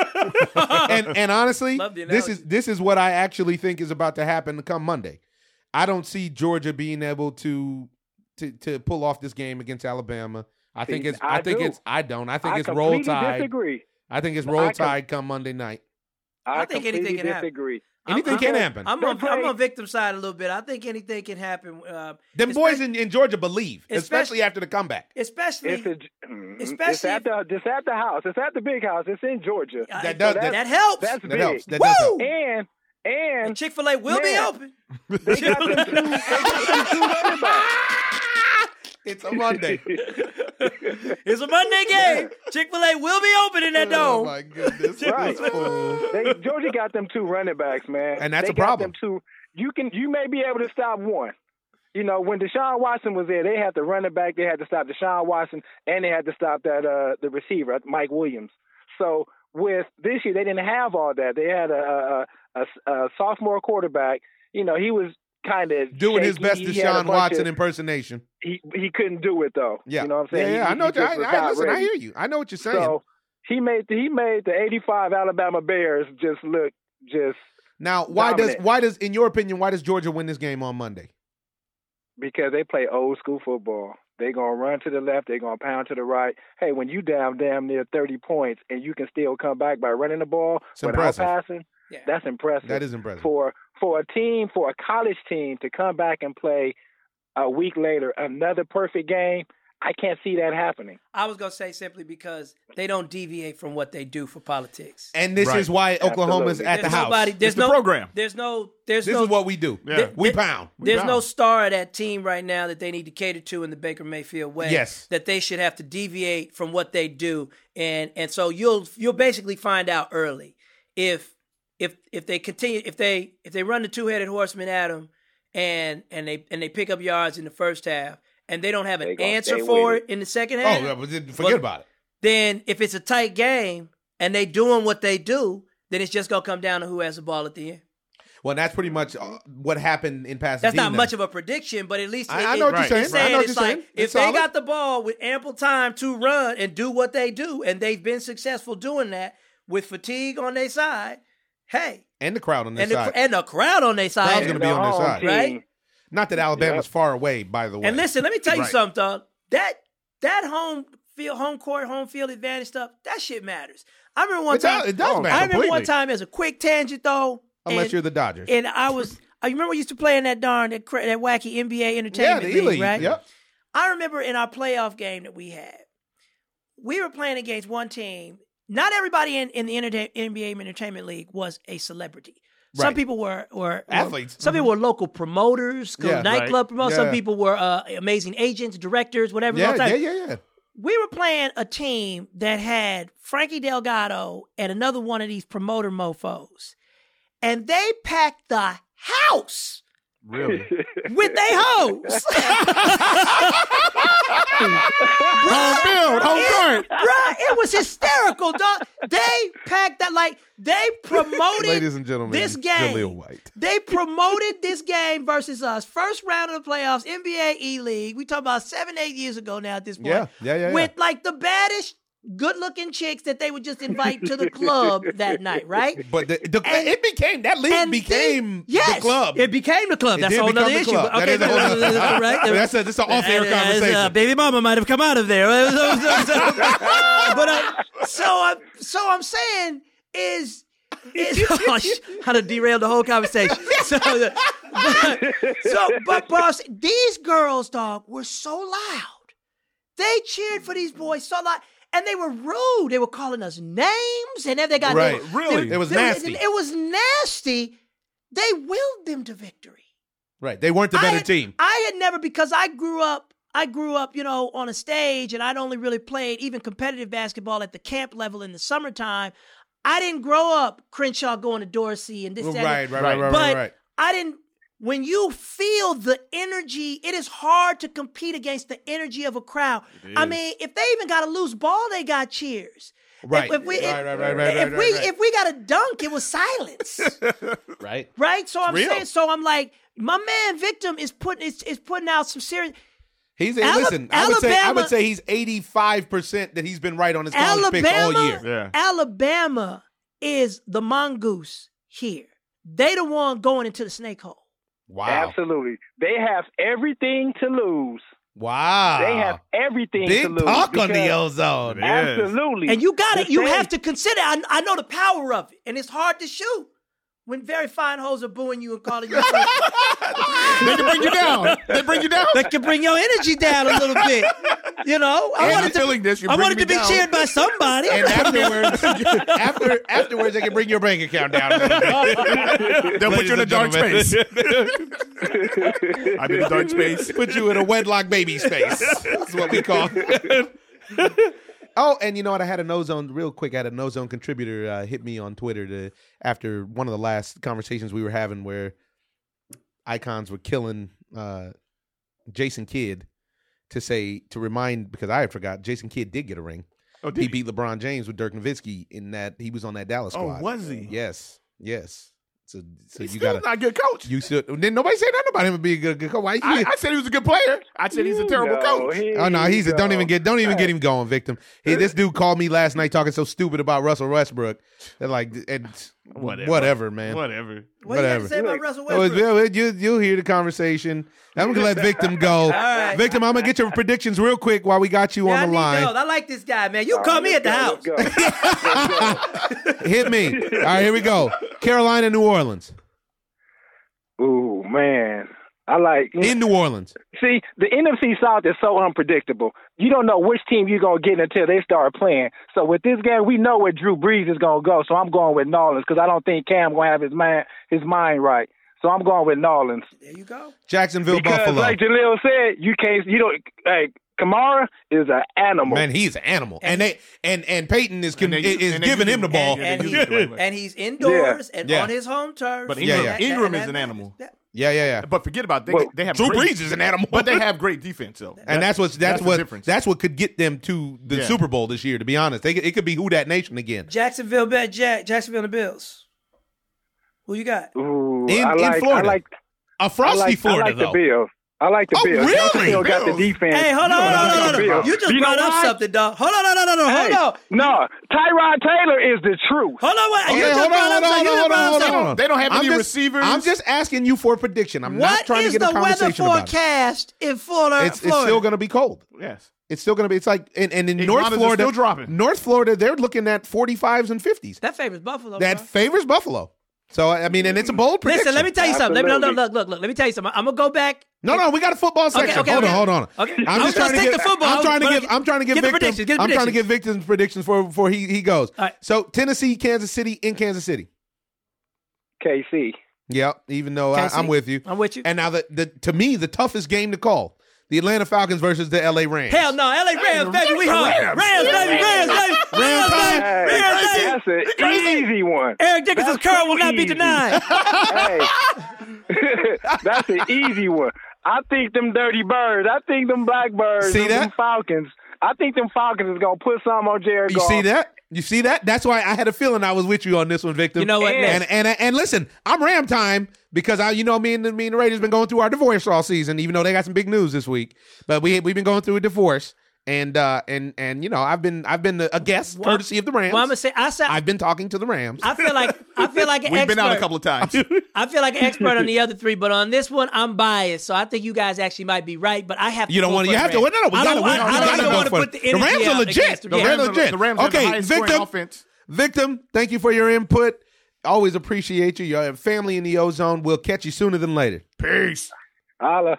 and and honestly,
Love the
this
analogy.
is this is what I actually think is about to happen come Monday. I don't see Georgia being able to to to pull off this game against Alabama. I think
See,
it's I,
I
think
do.
it's I don't. I think
I
it's roll
completely
tide.
Disagree.
I think it's
I
roll
com-
tide come Monday night.
I,
I think anything
completely
can happen.
disagree.
I'm-
Anything
I'm-
can happen.
I'm on,
They're
I'm on
playing-
victim side a little bit. I think anything can happen. Uh,
Them boys in, in Georgia believe,
especially-
especially after the comeback.
especially
It's, a, mm, it's
Especially if-
at the it's at the house. It's at the big house. It's in Georgia.
I-
that does-
that,
that-
helps.
That's
That
big.
helps. That does help.
And and
Chick Fil A will be
Man.
open.
they got them two. They got them two running backs.
It's a Monday.
It's a Monday game. Chick Fil A will be open in that
oh
dome.
my goodness.
Right.
This fool.
They, Georgia got them two running backs, man.
And that's
They
a problem.
Got them two. You can you may be able to stop one. You know when Deshaun Watson was there, they had the running back. They had to stop Deshaun Watson, and they had to stop that uh the receiver Mike Williams. So with this year, they didn't have all that. They had a a, a, a sophomore quarterback. You know he was kind of
Doing his best Deshaun Watson
Of,
impersonation.
he he couldn't do it though.
Yeah.
you know what I'm saying.
Yeah, yeah.
He-
I know.
he
what you-
just was
I, I,
not
listen, I
ready.
hear you. I know what you're saying.
So he made the, he made the '85 Alabama Bears just look just
Now, why
Dominant.
does why does in your opinion why does Georgia win this game on Monday?
because they play old school football. They gonna run to the left. They gonna pound to the right. Hey, when you down damn near 30 points and you can still come back by running the ball
It's
without
impressive.
passing,
Yeah.
that's impressive.
That is impressive.
for for a team for a college team to come back and play a week later another perfect game. I can't see that happening.
I was gonna say simply because they don't deviate from what they do for politics.
and this
Right.
is why Oklahoma's
Absolutely.
at the
there's
house.
nobody. There's
It's the
no
program.
There's no. There's
this
no.
is what we do.
Yeah.
We pound.
there's
Wow.
no star of that team right now that they need to cater to in the Baker Mayfield way.
Yes.
that they should have to deviate from what they do, and and so you'll you'll basically find out early if if if they continue if they if they run the two headed horseman at them and and they and they pick up yards in the first half and they don't have an
They gonna
answer
stay
for
with
it in the second
Oh,
half.
yeah, but then forget
But-
about it.
then if it's a tight game and they doing what they do, then it's just gonna come down to who has the ball at the end.
Well, that's pretty much uh, what happened in Pasadena.
That's not much of a prediction, but at least
I-
it-
I know what
it-
you're saying.
it's
I know what
it's
you're
like
saying.
if
It's
they
solid.
got the ball with ample time to run and do what they do, and they've been successful doing that with fatigue on their side. Hey,
and the crowd on this
and the,
side.
and the crowd on their side.
Crowd's gonna be on their
home
side.
team.
Right?
not that Alabama's far away, by the way.
And listen, let me tell you
Right.
something, dog. That that home field, home court, home field advantage stuff. That shit matters. I remember one
It
time.
does- it does
I
matter
remember one
completely.
time as a quick tangent though.
unless
and,
you're the Dodgers.
and I was. I remember we used to play in that darn that cra- that wacky NBA entertainment
yeah, the
league,
elite.
right?
Yep.
I remember in our playoff game that we had, we were playing against one team. Not everybody in, in the entertain, NBA Entertainment League was a celebrity. Some
Right.
people were, were
Athletes. Mm-hmm.
were- some people were local promoters,
Yeah.
nightclub promoters. Some
Yeah.
people were uh, amazing agents, directors, whatever.
Yeah,
all types.
yeah, yeah, yeah.
We were playing a team that had Frankie Delgado and another one of these promoter mofos, and they packed the house
Really?
with they hoes. Oh,
Home field, home court.
Bruh, it was hysterical, dog. They packed that like they promoted
Ladies and gentlemen,
this game.
Jaleel White.
They promoted this game versus us. First round of the playoffs, NBA E League. We talk about seven, eight years ago now at this point.
Yeah, yeah, yeah, yeah.
With like the baddest, good looking chicks that they would just invite to the club that night, right?
But the, the,
And-
it became that league
And
became
the, yes,
the club.
It became the
It
club. That's a
did
whole
become
nother
the
issue.
club.
but-
That is a whole nother- That's a- that's an off-air
And, uh, it's,
conversation.
uh, baby mama might have come out of there. but uh, so I'm so I'm saying is is oh, sh- how to derail the whole conversation. So, uh, but, so but boss, these girls, dog, were so loud. They cheered for these boys so loud. And they were rude. They were calling us names, and then they got
Right.
they-
Really?
It was
they-
nasty.
It was nasty. They willed them to victory.
Right. They weren't the
I
better
had-
team.
I had never because I grew up. I grew up, you know, on a stage, and I'd only really played even competitive basketball at the camp level in the summertime. I didn't grow up Crenshaw going to Dorsey and this, that, and
Right, right, right, right,
Right.
right,
but
right.
I didn't. when you feel the energy, it is hard to compete against the energy of a crowd. I mean, if they even got a loose ball, they got cheers.
Right.
If, if we, if,
Right, right, right, right,
if
right,
we
right.
if we got a dunk, it was silence.
right?
right? So I'm
real.
saying so I'm like, my man Victim is putting is, is putting out some serious
He's
Ala-
listen. I would say I
Alabama-
would say he's eighty five percent that he's been right on his college picks
Alabama,
all year.
Yeah.
Alabama is the mongoose here. They the one going into the snake hole.
Wow!
Absolutely. They have everything to lose.
Wow!
They have everything to
big
lose.
talk on the
because-
ozone.
Yeah. Yes.
Absolutely.
And you got to
The
You
thing-
have to consider. I, I know the power of it, and it's hard to shoot when very fine hoes are booing you and calling you. fat.
They can bring you down. They bring you down.
that can bring your energy down a little bit. You know, I
And
wanted
you're
to.
feeling this. You're
I wanted to
bringing
be
me down.
cheered by somebody.
And afterwards, after afterwards, they can bring your bank account down.
They'll put you in a dark space. I'm in a dark space.
Put you in a wedlock baby space. That's what we call. it. oh, and you know what? I had an ozone real quick. I had an ozone contributor uh, hit me on Twitter to after one of the last conversations we were having where icons were killing uh, Jason Kidd to say to remind because I had forgot Jason Kidd did get a ring.
Oh,
He beat LeBron James with Dirk Nowitzki in that he was on that Dallas
Oh,
squad.
was he?
Yes, yes. So, so
He's
you
still
got to
not a good coach.
you should. Then nobody say nothing about him being a good, good coach. Why? You,
I, I said he was a good player. I said he's a terrible
No,
coach.
here
oh no,
you
he's a, don't
go.
even get don't even get him going, victim. He, this dude called me last night talking so stupid about Russell Westbrook. They're like and
Whatever.
whatever, man.
Whatever.
what do you
whatever.
have to say about Russell
Oh,
Westbrook?
well, you you hear the conversation. I'm gonna let victim go.
right.
Victim, I'm gonna get your predictions real quick while we got you
Yeah, I
on
need
the line.
those. I like this guy, man. You call me at the house.
Let's go. Let's go.
Hit me. All right, here we go. Carolina, New Orleans.
Ooh man, I like.
In New Orleans.
See, the NFC South is so unpredictable. You don't know which team you're gonna get until they start playing. So with this game, we know where Drew Brees is gonna go. So I'm going with Nolans because I don't think Cam gonna have his mind his mind right. So I'm going with Nolans
There you
Oh,
go.
Jacksonville,
because,
Buffalo.
like Jaleel said, you can't. You don't. Like Kamara is an animal.
Man, he's an animal, and they and and Peyton is con-
And they-
is
and they
giving
use
him the
him.
ball.
Yeah,
And,
they
he,
do it the right way.
and he's indoors and
Yeah.
on his home turf.
But
Ingram-
Ingram is an animal.
that-
Yeah, yeah, yeah.
But forget about they.
Well,
they have
Drew
great-
Brees is an animal.
but they have great defense though.
and that's what's that's,
that's the
what
difference.
that's what could get them to the
Yeah.
Super Bowl this year. To be honest, they, could- it could be who that nation again.
Jacksonville bet Jack, Jacksonville and the Bills. Who you got?
Ooh,
In-
I
in
like,
Florida.
I like,
A
I
frosty
like,
Florida
I like
though.
the Bills. I like the
Oh,
Bills.
really?
Still got the defense.
Hey, hold on, hold on, hold on, hold on. You just
You know
brought up
why?
something, dog. Hold on, hold on, hold on,
Hey,
hold on.
no, Tyrod Taylor is the truth.
Hold on, what?
Okay,
you just
hold on,
brought up
hold on,
something. You just
hold on,
brought up
hold on,
something.
hold on.
They don't have
I'm
any
just-
receivers.
I'm just asking you for a prediction. I'm
What
not trying
is
to get
the
a conversation
weather
about it.
forecast in Florida?
It's, it's
Florida?
still going to be cold.
yes.
It's still going to be. It's like in, and in
Iguanas
North
are
Florida,
still dropping.
North Florida, they're looking at 45s and 50s.
that favors Buffalo.
That
bro.
favors Buffalo. So I mean, and it's a bold prediction.
Listen, let me tell you something. Let me, no, no,
Absolutely.
look, look, look. Let me tell you something. I'm gonna go back.
No, no, we got a football
Okay,
section.
okay,
hold
okay.
on, hold on.
Okay.
I'm
I was
just trying
gonna
to
take
get.
the football.
I'm trying to
but
give. I'm trying to give
get the
victim-
predictions. Get the
I'm trying to
predictions.
give victims predictions for before he he goes.
All right.
So Tennessee, Kansas City, in Kansas City.
KC.
Yep. Even though I,
Kansas
I'm
City.
with you.
I'm with you.
And now the, the to me the toughest game to call the Atlanta Falcons versus the LA Rams.
Hell no, LA Rams, baby, we hard. Rams, baby, Rams, baby, Rams, baby,
Hey,
Rams, baby.
that's an easy one.
Eric Dickerson's
That's
curl will not be
easy.
denied.
Hey, that's an easy one. I think them dirty birds. I think them blackbirds.
See
them,
that?
them Falcons. I think them Falcons is gonna put something on Jared
You
Goff.
see that? You see that? That's why I had a feeling I was with you on this one, Victor.
You know what,
And
man?
and, and, and listen, I'm Ram time because I, you know, me and me and the Raiders been going through our divorce all season. Even though they got some big news this week, but we we've been going through a divorce, and uh, and and you know, I've been I've been a guest courtesy of the Rams.
Well, I'm gonna say I said
I've been talking to the Rams.
I feel like I feel like an
We've
expert.
been out a couple of times.
I feel like an expert on the other three, but on this one, I'm biased. So I think you guys actually might be right. But I have to
you don't
go
want to.
for
You
the
have to.
Rams.
Well, no, no, we
I
gotta.
don't,
We
I don't,
gotta
I don't
go
want
for
to put
it.
the
The
energy
Rams are
out
legit.
against them.
The
Yeah.
Rams are
The-
legit.
the Rams have the
Okay,
highest scoring
victim.
offense.
Victim, thank you for your input. Always appreciate you. Your family in the ozone. We'll catch you sooner than later.
Peace.
Holla.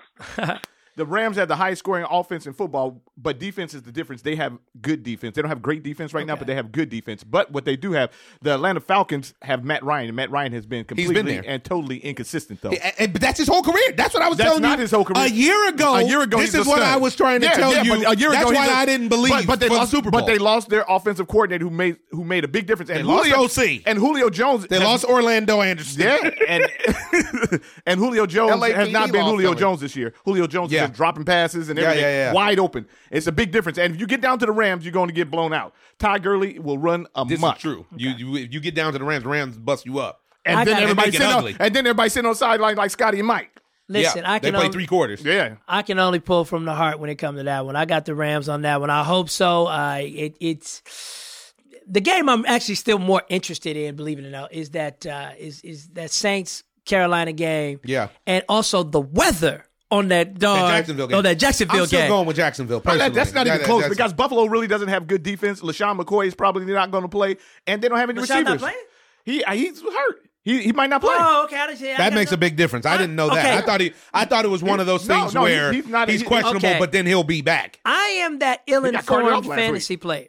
the Rams have the highest scoring offense in football, but defense is the difference. They have good defense. They don't have great defense right now, but they have good defense. But what they do have, the Atlanta Falcons have Matt Ryan, and Matt Ryan has been
been
completely
there.
and totally inconsistent though.
And, and- Eh, but that's his whole career. That's what I was
That's
telling
not
you.
his whole career.
A year ago,
A year ago,
this
he's
is
a
what
stud.
I was trying to
Yeah,
tell
yeah,
you.
but a year
that's
ago,
why
he's a-
I didn't believe
But, but they
for
lost
the Super Bowl.
But they lost their offensive coordinator who made who made a big difference. And
They lost
Julio,
OC.
and Julio Jones.
They
has-
lost Orlando Anderson.
Yeah, and and Julio Jones
LAPD
has not been
lost
Julio
Philly.
Jones this year. Julio Jones
Yeah.
has been dropping passes and
Yeah,
everything
yeah, yeah.
wide open. It's a big difference. And if you get down to the Rams, you're going to get blown out. Ty Gurley will run a
this
muck.
is true. You, you if you get down to the Rams, the Rams bust you up.
And
I
then
got-
everybody
They make it
sitting on,
ugly.
and then everybody sitting on the sideline like Scotty and Mike.
Listen,
yeah,
I
they
can um,
play
only,
three quarters.
Yeah.
I can only pull from the heart when it comes to that one. I got the Rams on that one. I hope so. I it, it's the game I'm actually still more interested in, believe it or not, is that uh, is is that Saints Carolina game.
Yeah.
and also the weather on that dog
Jacksonville game.
on that Jacksonville
I'm still
game.
going with Jacksonville.
That-
Personally.
that's not
That-
even close
that's-
because Buffalo really doesn't have good defense. LaShawn McCoy is probably not going to play, and they don't have any
LeSean not
receivers.
playing?
He uh, he's hurt. He he might not play.
Oh, okay. I didn't see- I
that
didn't
makes
know.
a big difference. I didn't know that.
Okay.
I thought he. I thought it was one of those
No,
things
no,
where
he's- he's not-
he's
he-
questionable,
okay.
but then he'll be back.
I am that
got carted off
ill-informed
last week.
fantasy player.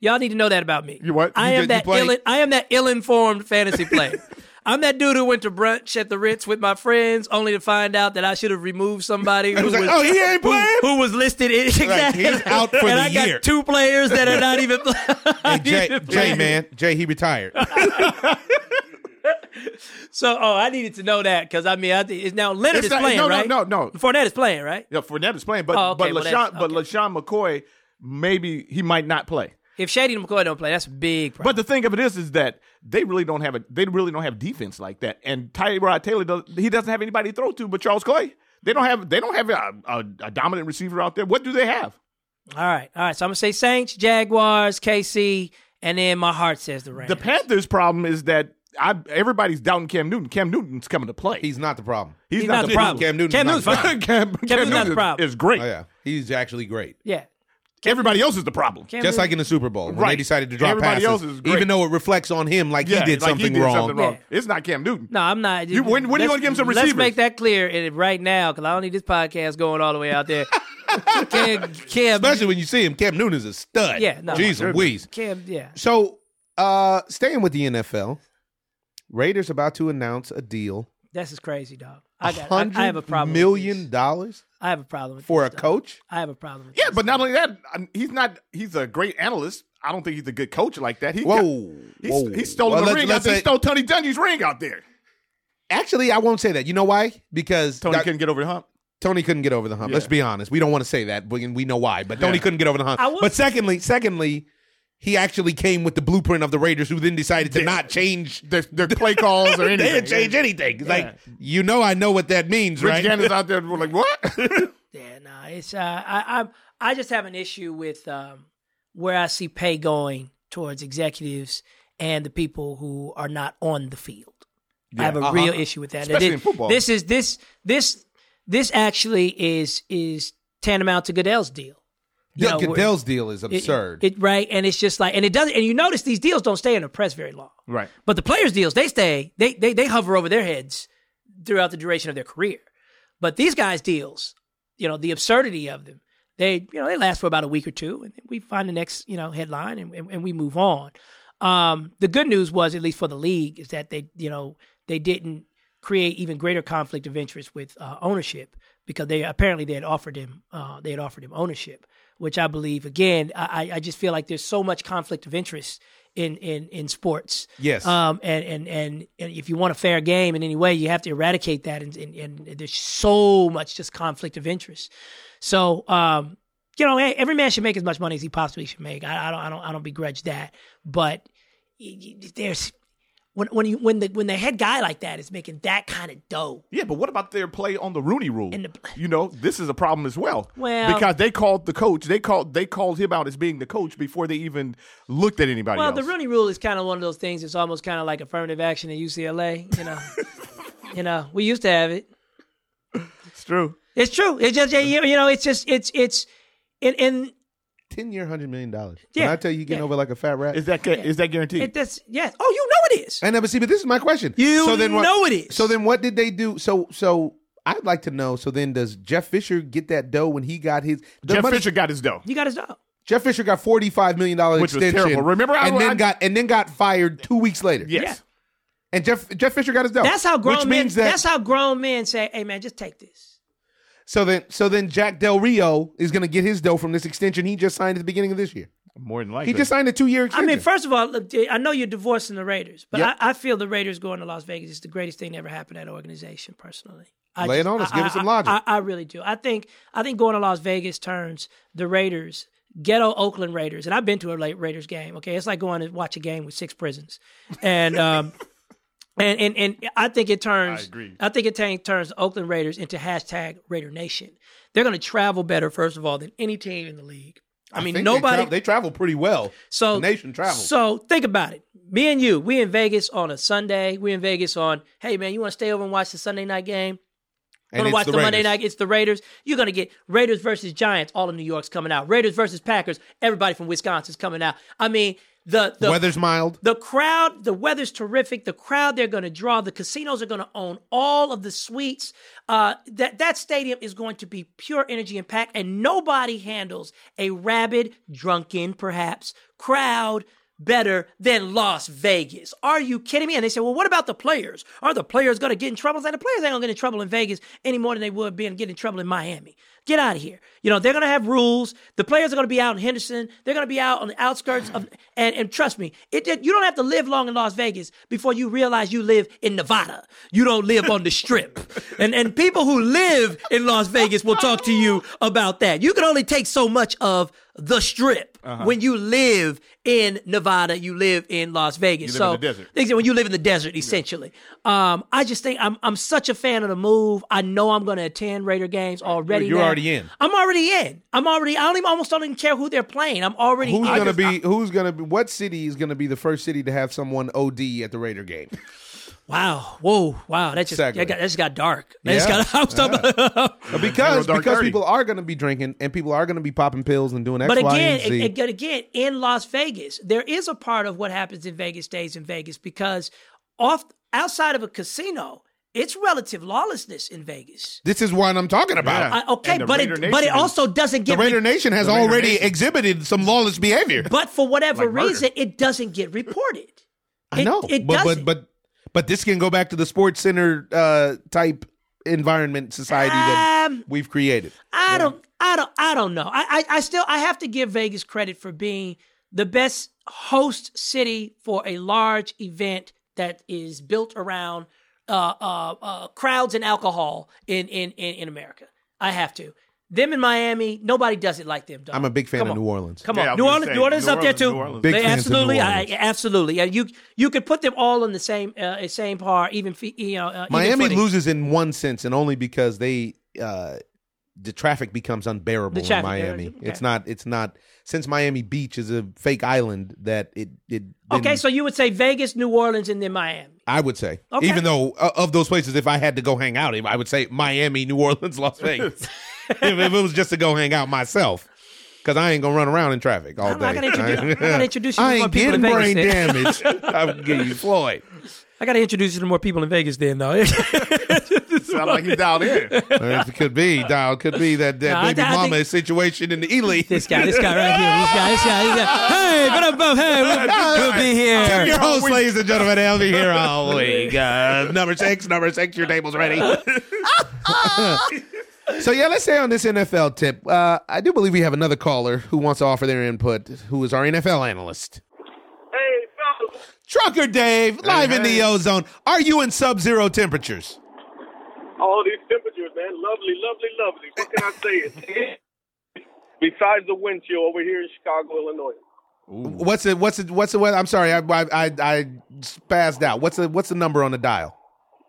Y'all need to know that about me.
You what?
I
You
am
did- you
that
play-
ill. I am that ill-informed fantasy player. I'm that dude who went to brunch at the Ritz with my friends, only to find out that I should have removed somebody who
was like, "Oh, he ain't
who-
playing?"
Who, was listed in exactly.
he's out for
and
the
I
year.
got two players that are not even.
Hey, Jay, Jay, man, Jay, he retired.
so, oh, I needed to know that because I mean, I think it's now Leonard
It's
is
not-
playing,
no, no,
right?
no, no.
Fournette is playing, right?
Yeah, Fournette is playing, but
Oh, okay,
but
well,
LaShawn
that's-
but
okay.
LaShawn McCoy maybe he might not play.
If Shady and McCoy don't play, that's a big. Problem.
But the thing of it is, is that they really don't have a they really don't have defense like that. And Tyrod Taylor does, he doesn't have anybody to throw to, but Charles Clay. They don't have they don't have a, a, a dominant receiver out there. What do they have?
All right, all right. So I'm gonna say Saints, Jaguars, KC, and then my heart says the Rams.
The Panthers' problem is that I, everybody's doubting Cam Newton. Cam Newton's coming to play.
He's not the problem.
he's,
He's not, the problem.
Cam Newton's
Cam
not
Newton's
the
Cam,
fine.
Cam
Newton's not the
Newton
problem.
is great.
Oh, yeah, he's actually great.
Yeah.
Everybody else is the problem.
Cam
Just
Newton-
like in the Super Bowl, when they
Right.
decided to drop
Everybody
passes,
else is great.
even though it reflects on him like
Yeah,
he did
like
something
did
wrong.
something wrong.
Yeah.
It's not Cam Newton.
No, I'm not.
You- when- when you
Let's-
gonna give him some
Let's
receivers?
make that clear and right now because I don't need this podcast going all the way out there. Cam, Cam,
Especially when you see him, Cam Newton is a stud.
Yeah, no.
Jeez
Sure.
Louise.
Cam, yeah.
So, uh, staying with the NFL, Raiders about to announce a deal.
This is crazy, dog. I got. I,
Hundred
I have a problem. with
million
this.
dollars
I have a problem with
for a
this, dog.
coach.
I have a problem. With
Yeah,
this.
but not only that, I- he's not. He's a great analyst. I don't think he's a good coach like that. He got-
Whoa,
he,
whoa.
he stole
Well,
the
let's-
ring.
let's
out there. he
say-
stole Tony Dungy's ring out there.
Actually, I won't say that. You know why? Because
Tony
Doc-
couldn't get over the hump.
Tony couldn't get over the hump. Let's
Yeah.
be honest. We don't want to say that, but we know why. But Tony
Yeah.
couldn't get over the hump.
I will-
But secondly, secondly, he actually came with the blueprint of the Raiders, who then decided to not change.
Their, their play calls or
They
anything.
didn't change anything. It's Like you know, I know what that means,
Rich
right?
Gannon is out there we're like, what?
Yeah, nah, it's uh, I, I I just have an issue with um, where I see pay going towards executives and the people who are not on the field. I have a real issue with that.
uh-huh. Especially
It-
in football.
This is this this this actually is is tantamount to Goodell's deal. You
Yeah,
know, where-
Goodell's deal is
it-
absurd.
It, right, and it's just like, and it doesn't, and you notice these deals don't stay in the press very long.
right.
But the players' deals, they stay, they they they hover over their heads throughout the duration of their career. But these guys' deals, you know, the absurdity of them, they you know they last for about a week or two, and we find the next you know headline, and and, and we move on. Um, the good news was, at least for the league, is that they you know they didn't create even greater conflict of interest with uh, ownership because they apparently they had offered him uh, they had offered him ownership, which I believe again I, I- I just feel like there's so much conflict of interest in in in sports.
Yes.
uh,
Um. And and and, and if you want a fair game in any way, you have to eradicate that. And and, and there's so much just conflict of interest. So um. You know, hey, every man should make as much money as he possibly should make. I, I don't, I don't, I don't begrudge that. But y- y- there's when when you when the when the head guy like that is making that kind of dough.
Yeah, but what about their play on the Rooney Rule?
And the-
you know, this is a problem as well.
Well-
because they called the coach. They called they called him out as being the coach before they even looked at anybody
Well,
else.
the Rooney Rule is kind of one of those things. It's almost kind of like affirmative action at UCLA. You know, you know, we used to have it.
it's true.
It's true. It's just you you know, it's just it's it's and and
Ten year, hundred million dollars. Can
Yeah,
I tell you, getting
yeah.
over like a fat rat.
Is that ca- is that guaranteed?
it that's yes. Oh, you know it is.
I never see, but this is my question.
You
so then what,
know it is.
So then, what did they do? So so I'd like to know. So then, does Jeff Fisher get that dough when he got his? the
Jeff
money-
Fisher got his dough.
You got his dog.
Jeff Fisher got forty five million dollars
Which was
extension.
terrible. Remember, I-
and then
I-
got and then got fired two weeks later.
Yes.
and Jeff Jeff Fisher got his dough.
That's how grown
Which
men.
means that-
that's how grown men say, "Hey man, just take this."
So then, so then Jack Del Rio is going to get his dough from this extension he just signed at the beginning of this year.
More than
He
likely.
just signed a two year
I
extension.
mean, first of all, look, I know you're divorcing the Raiders, but
Yep.
I, I feel the Raiders going to Las Vegas is the greatest thing that ever happened to that organization. Personally, I
Lay it on us.
I-
Give us
I-
some logic.
I, I really do. I think I think going to Las Vegas turns the Raiders. Ghetto Oakland Raiders, and I've been to a late Raiders game. Okay, it's like going to watch a game with six prisons, and um, and and and I think it turns. I agree. I think it t- turns the Oakland Raiders into hashtag Raider Nation. They're going to travel better, first of all, than any team in the league. I, mean,
think
nobody.
They travel, they travel pretty well.
So
The nation travels.
So think about it. Me and you, we in Vegas on a Sunday. We in Vegas on. Hey man, you want to stay over and watch the Sunday night game?
And
Gonna
it's
watch the,
the
Monday
Raiders.
night. It's the Raiders. You're gonna get Raiders versus Giants. All of New York's coming out. Raiders versus Packers. Everybody from Wisconsin's coming out. I mean, the the
Weather's mild.
the crowd, the weather's terrific. The crowd they're going to draw. The casinos are going to own all of the suites. Uh, that that stadium is going to be pure energy and pack, and nobody handles a rabid, drunken, perhaps crowd better than Las Vegas. Are you kidding me? And they say, well, what about the players? Are the players going to get in trouble? It's Like the players ain't going to get in trouble in Vegas any more than they would be and get in trouble in Miami. Get out of here. You know, they're going to have rules. The players are going to be out in Henderson. They're going to be out on the outskirts of, and, and trust me, it, it- you don't have to live long in Las Vegas before you realize you live in Nevada. You don't live on the strip. And, and people who live in Las Vegas will talk to you about that. You can only take so much of the strip
Uh-huh.
when you live in Nevada, you live in Las Vegas.
You live
so
in the desert.
Exa- When you live in the desert, essentially. Um, I just think I'm I'm such a fan of the move. I know I'm going to attend Raider games already.
You're
now.
already in.
I'm already in. I'm already. I don't even almost don't even care who they're playing. I'm already.
Who's
in.
going to be? who's going to be? What city is going to be the first city to have someone OD at the Raider game?
Wow. Whoa. Wow. That just
Exactly.
that, got, that just got dark. That just
Yeah.
got. I was talking about-
because
Dark
because
Thirty.
people are going to be drinking and people are going to be popping pills and doing X,
But
Y,
again,
and Z.
ag- ag- again, in Las Vegas, there is a part of what happens in Vegas stays in Vegas because off outside of a casino, it's relative lawlessness in Vegas.
this is what I'm talking about.
I, okay,
And the
but it,
Raider
but
Nation
it
is-
also doesn't
the
get
Raider
re-
Nation has
Raider
already
Nation.
exhibited some lawless behavior.
but for whatever
Like murder.
reason, it doesn't get reported.
I know,
It, it
but,
doesn't.
but but but this can go back to the sports center uh, type environment society that
Um,
we've created.
I don't, I don't, I don't know. I, I, I still, I have to give Vegas credit for being the best host city for a large event that is built around uh, uh, uh, crowds and alcohol in, in in in America. I have to. Them in Miami, nobody does it like them. Dog.
I'm a big fan
Come
of
on.
New Orleans.
Come
Yeah, I
on,
was
New
gonna
Orleans,
say,
New Orleans
New
up there
Orleans,
too.
New Orleans.
Big
they
fans of New
absolutely,
Orleans.
I, I- absolutely. Yeah, you you could put them all on the same uh, same par, even fe- you know. Uh, even
Miami
footing.
loses in one sense, and only because they uh, the traffic becomes unbearable
The traffic,
in Miami.
yeah,
It's
okay.
not. It's not. Since Miami Beach is a fake island, that it it.
Okay,
didn't-
so you would say Vegas, New Orleans, and then Miami.
I would say,
Okay.
even though uh, of those places, if I had to go hang out, I would say Miami, New Orleans, Las Vegas. if, if it was just to go hang out myself, because I ain't gonna run around in traffic all
I'm
day.
not gonna introduce- I'm gonna introduce you to
I
more
ain't
people
getting
in
brain
Vegas
damage. I'm getting you Floyd.
I got to introduce you to more people in Vegas then, though.
Sound like he dialed in.
Or It could be, Dial. Could be that, that
No, I-
baby
I
mama
think-
situation in the Ely.
this guy, this guy right here, this guy, this guy, this guy. Hey, what up, Bo? Hey, we'll, we'll be
Tip your
here.
host, ladies and gentlemen. I'll be here all week. Uh, number six, number six, your table's ready. so, yeah, let's say on this NFL tip, uh, I do believe we have another caller who wants to offer their input, who is our NFL analyst.
Hey, fellas,
Trucker Dave, live in the
hey.
ozone. Are you in sub zero temperatures?
all these temperatures, man. Lovely, lovely, lovely. What can I say? Besides the wind chill over here in Chicago, Illinois.
What's it? What's it? What's the weather? I'm sorry, I, I, I, I passed out. What's the, what's the number on the dial?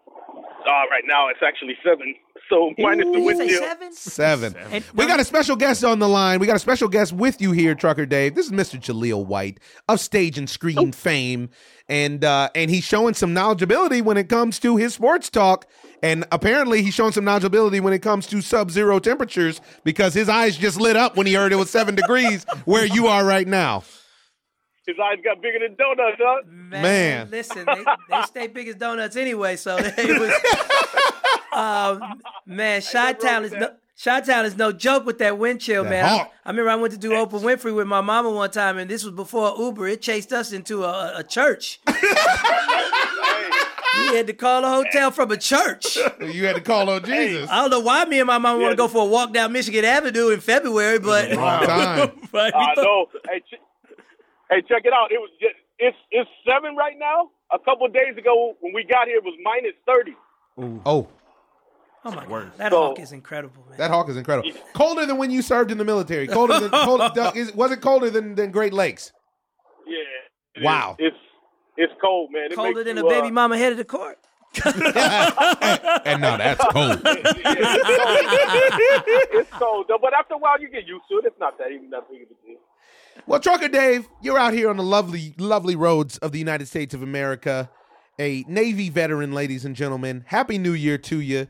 Uh, right now it's actually seven. So minus the wind chill.
Seven. We got a special guest on the line. We got a special guest with you here, Trucker Dave. This is Mr. Jaleel White of stage and screen fame, and uh, and he's showing some knowledgeability when it comes to his sports talk. And apparently, he's showing some knowledgeability when it comes to sub-zero temperatures because his eyes just lit up when he heard it was seven degrees where you are right now.
His eyes got bigger than donuts, huh?
Man,
Man.
listen, they, they stay big as donuts anyway, so they was. Um, man, Chi Town is no Chi Town is no joke with that wind chill,
That
man. I,
hawk.
I remember I went to do Oprah Winfrey with my mama one time, and this was before Uber. It chased us into a, a church. we had to call a hotel from a church.
You had to call on Jesus.
I don't know why me and my mama want to go for a walk down Michigan Avenue in February, but
Wrong time.
but-
I know. Hey, ch- hey, check it out. It was just, it's it's seven right now. A couple days ago when we got here, it was minus thirty.
Oh,
oh my god, that
So-
hawk is incredible, man.
that hawk is incredible. Colder than when you served in the military. Colder than cold, Doug, is, was it colder than, than Great Lakes?
Yeah. it is.
Wow.
It's it's cold, man. It
Colder
makes
than a
you,
baby
uh,
mama headed to court.
And now that's cold.
It's cold, though, but after a while you get used to it. It's not that even that big of a deal.
Well, Trucker Dave, you're out here on the lovely, lovely roads of the United States of America, a Navy veteran, ladies and gentlemen. Happy New Year to you.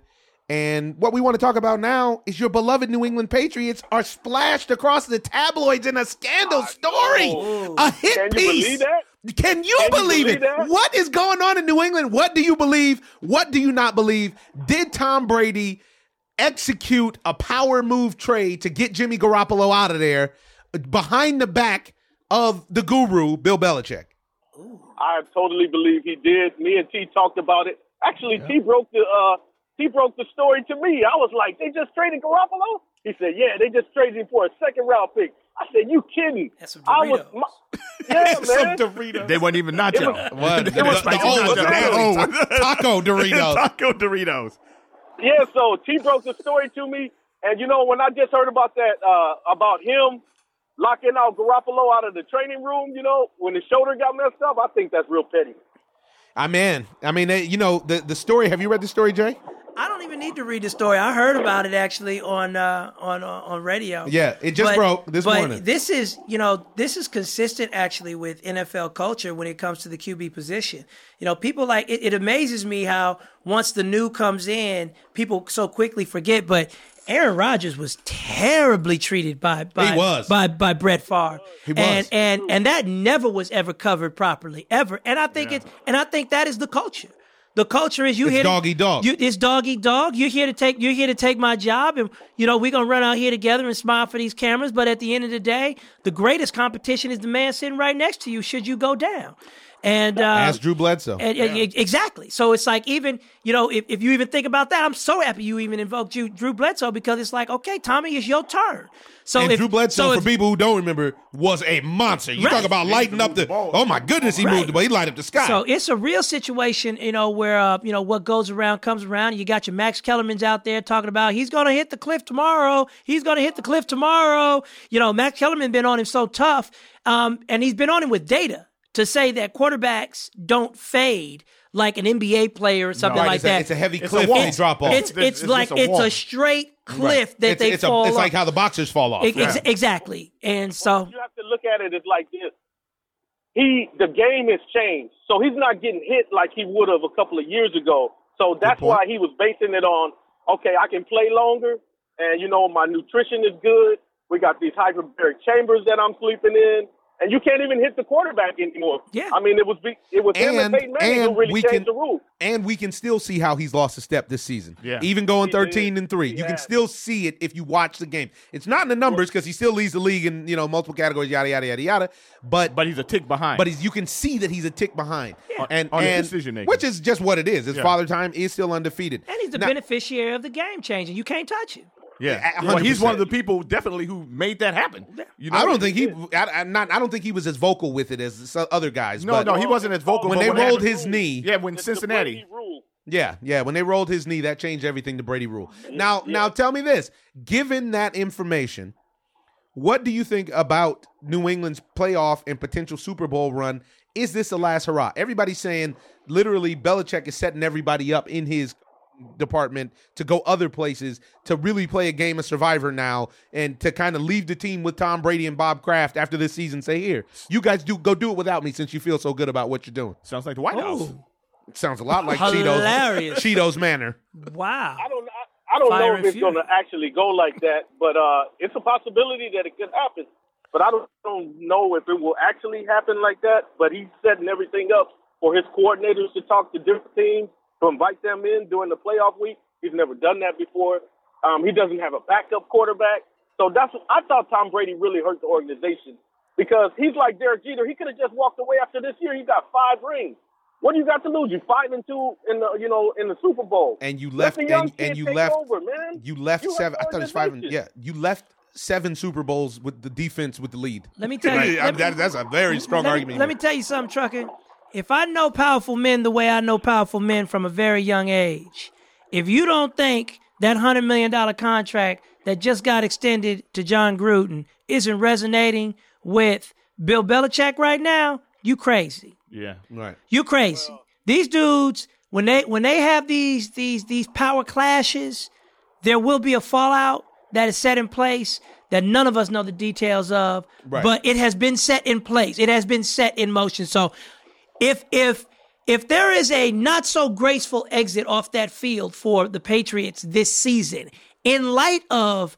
And what we want to talk about now is your beloved New England Patriots are splashed across the tabloids in a scandal story, a hit
Can you
piece.
believe that?
Can you
Can you
believe
believe
it?
that?
What is going on in New England? What do you believe? What do you not believe? Did Tom Brady execute a power move trade to get Jimmy Garoppolo out of there behind the back of the guru, Bill Belichick?
I totally believe he did. Me and T talked about it. Actually, T broke the uh, T broke the story to me. I was like, they just traded Garoppolo. He said, yeah, they just traded him for a second round pick. I said, you kidding?
That's some
I was,
Doritos.
my, yeah, man.
They weren't even nacho.
What? The, the,
was spicy
oh,
nachos.
the- oh, taco Doritos.
Taco Doritos.
yeah, so T broke the story to me, and you know when I just heard about that uh, about him locking out Garoppolo out of the training room, you know when his shoulder got messed up, I think that's real petty.
I mean, I mean, they- you know, the, the story. Have you read the story, Jay?
I don't even need to read the story. I heard about it actually on uh, on on on radio.
Yeah, it just broke this
but
morning.
This is you know this is consistent actually with NFL culture when it comes to the QB position. You know, people like it, it amazes me how once the new comes in, people so quickly forget. But Aaron Rodgers was terribly treated by by
He was.
by by Brett Favre. He
was.
and and and that never was ever covered properly ever. And I think it's and I think that is the culture. The culture is you here to-
dog eat dog.
You, it's dog eat dog. You're here to take you're here to take my job, and you know we're gonna run out here together and smile for these cameras. But at the end of the day, the greatest competition is the man sitting right next to you. Should you go down, and uh,
Ask Drew Bledsoe.
and, and- e, exactly. So it's like even you know if, if you even think about that, I'm so happy you even invoked Drew, Drew Bledsoe because it's like okay, Tommy, it's your turn. So
And
if,
Drew Bledsoe,
so if-
for people who don't remember, was a monster. You
Right.
talk about lighting up the. Oh my goodness, he
Right.
moved the ball. He light up the sky.
So it's a real situation, you know, where uh, you know what goes around comes around. You got your Max Kellerman's out there talking about he's going to hit the cliff tomorrow. He's going to hit the cliff tomorrow. You know, Max Kellerman been on him so tough, um, and he's been on him with data to say that quarterbacks don't fade like an NBA player or something
Right,
like
it's,
that.
a, it's a heavy
It's
cliff
a wall.
they drop off.
It's-
It's, it's
it's just
like
a
it's
wall.
a straight cliff that
it's,
they
it's, a-
fall.
it's
off.
like how the boxers fall off.
Ex- ex- exactly,
Oh.
and so
you have to look at it as like this. He the game has changed, so he's not getting hit like he would have a couple of years ago. So that's
point.
why he was basing it on, okay, I can play longer, and you know my nutrition is good. We got these hyperbaric chambers that I'm sleeping in, and you can't even hit the quarterback anymore.
Yeah.
I mean it was be- it was him
And-
and Peyton Manning
and
who really
we
changed
can-
the rules.
and we can still see how he's lost a step this season.
Yeah.
Even going 13
did.
and 3. You can
has.
still see it if you watch the game. It's not in the numbers because he still leads the league in, you know, multiple categories, yada yada yada yada. But but,
But he's a tick behind.
he's, you can see that he's a tick behind.
On-
And,
on his
and-
decision-making.
Which is just what it is. His
Yeah.
father time is still undefeated.
and he's the
Now-
beneficiary of the game changing. You can't touch him.
yeah.
a- a
Well,
hundred
he's one
percent.
of the people definitely who made that happen. You know?
I don't think he I, am not I don't think he was as vocal with it as so- other guys.
No,
but
no, he wasn't as vocal.
when
but
they
what
rolled
happened-
his knee,
Yeah, when
It's the
Cincinnati.
Brady rule.
Yeah, yeah. When they rolled his knee, that changed everything to Brady rule. Now, now tell me this: given that information, what do you think about New England's playoff and potential Super Bowl run? Is this the last hurrah? Everybody's saying literally Belichick is setting everybody up in his department to go other places to really play a game of survivor now and to kind of leave the team with Tom Brady and Bob Kraft after this season say here you guys do go do it without me since you feel so good about what you're doing
Sounds like the White House.
Ooh.
sounds a lot like
Hilarious.
Cheetos Cheetos manner
Wow.
I don't I, I don't
Fire
know
and
if it's
fury.
going to actually go like that, but uh, it's a possibility that it could happen. But I don't, don't know if it will actually happen like that. But he's setting everything up for his coordinators to talk to different teams, to invite them in during the playoff week. He's never done that before. Um, he doesn't have a backup quarterback. So that's I thought Tom Brady really hurt the organization because he's like Derek Jeter. He could have just walked away after this year. He got five rings. What do you got to lose? You five and two in the you know in the Super Bowl.
And you
Let
left
the
and,
young kid
and you
take
left
over, man.
you left
You left
seven I thought it was five and, yeah,
organization.
you left seven Super Bowls with the defense with the lead.
Let me tell you.
I-
Let me,
that- that's a very strong
let me-
argument.
let me tell you something, Trucker. If I know powerful men the way I know powerful men from a very young age, if you don't think that hundred million dollar contract that just got extended to John Gruden isn't resonating with Bill Belichick right now, you crazy.
Yeah.
Right.
You crazy. these dudes, when they when they have these these these power clashes, there will be a fallout that is set in place that none of us know the details of.
Right.
But it has been set in place. It has been set in motion. So if if if there is a not so graceful exit off that field for the Patriots this season, in light of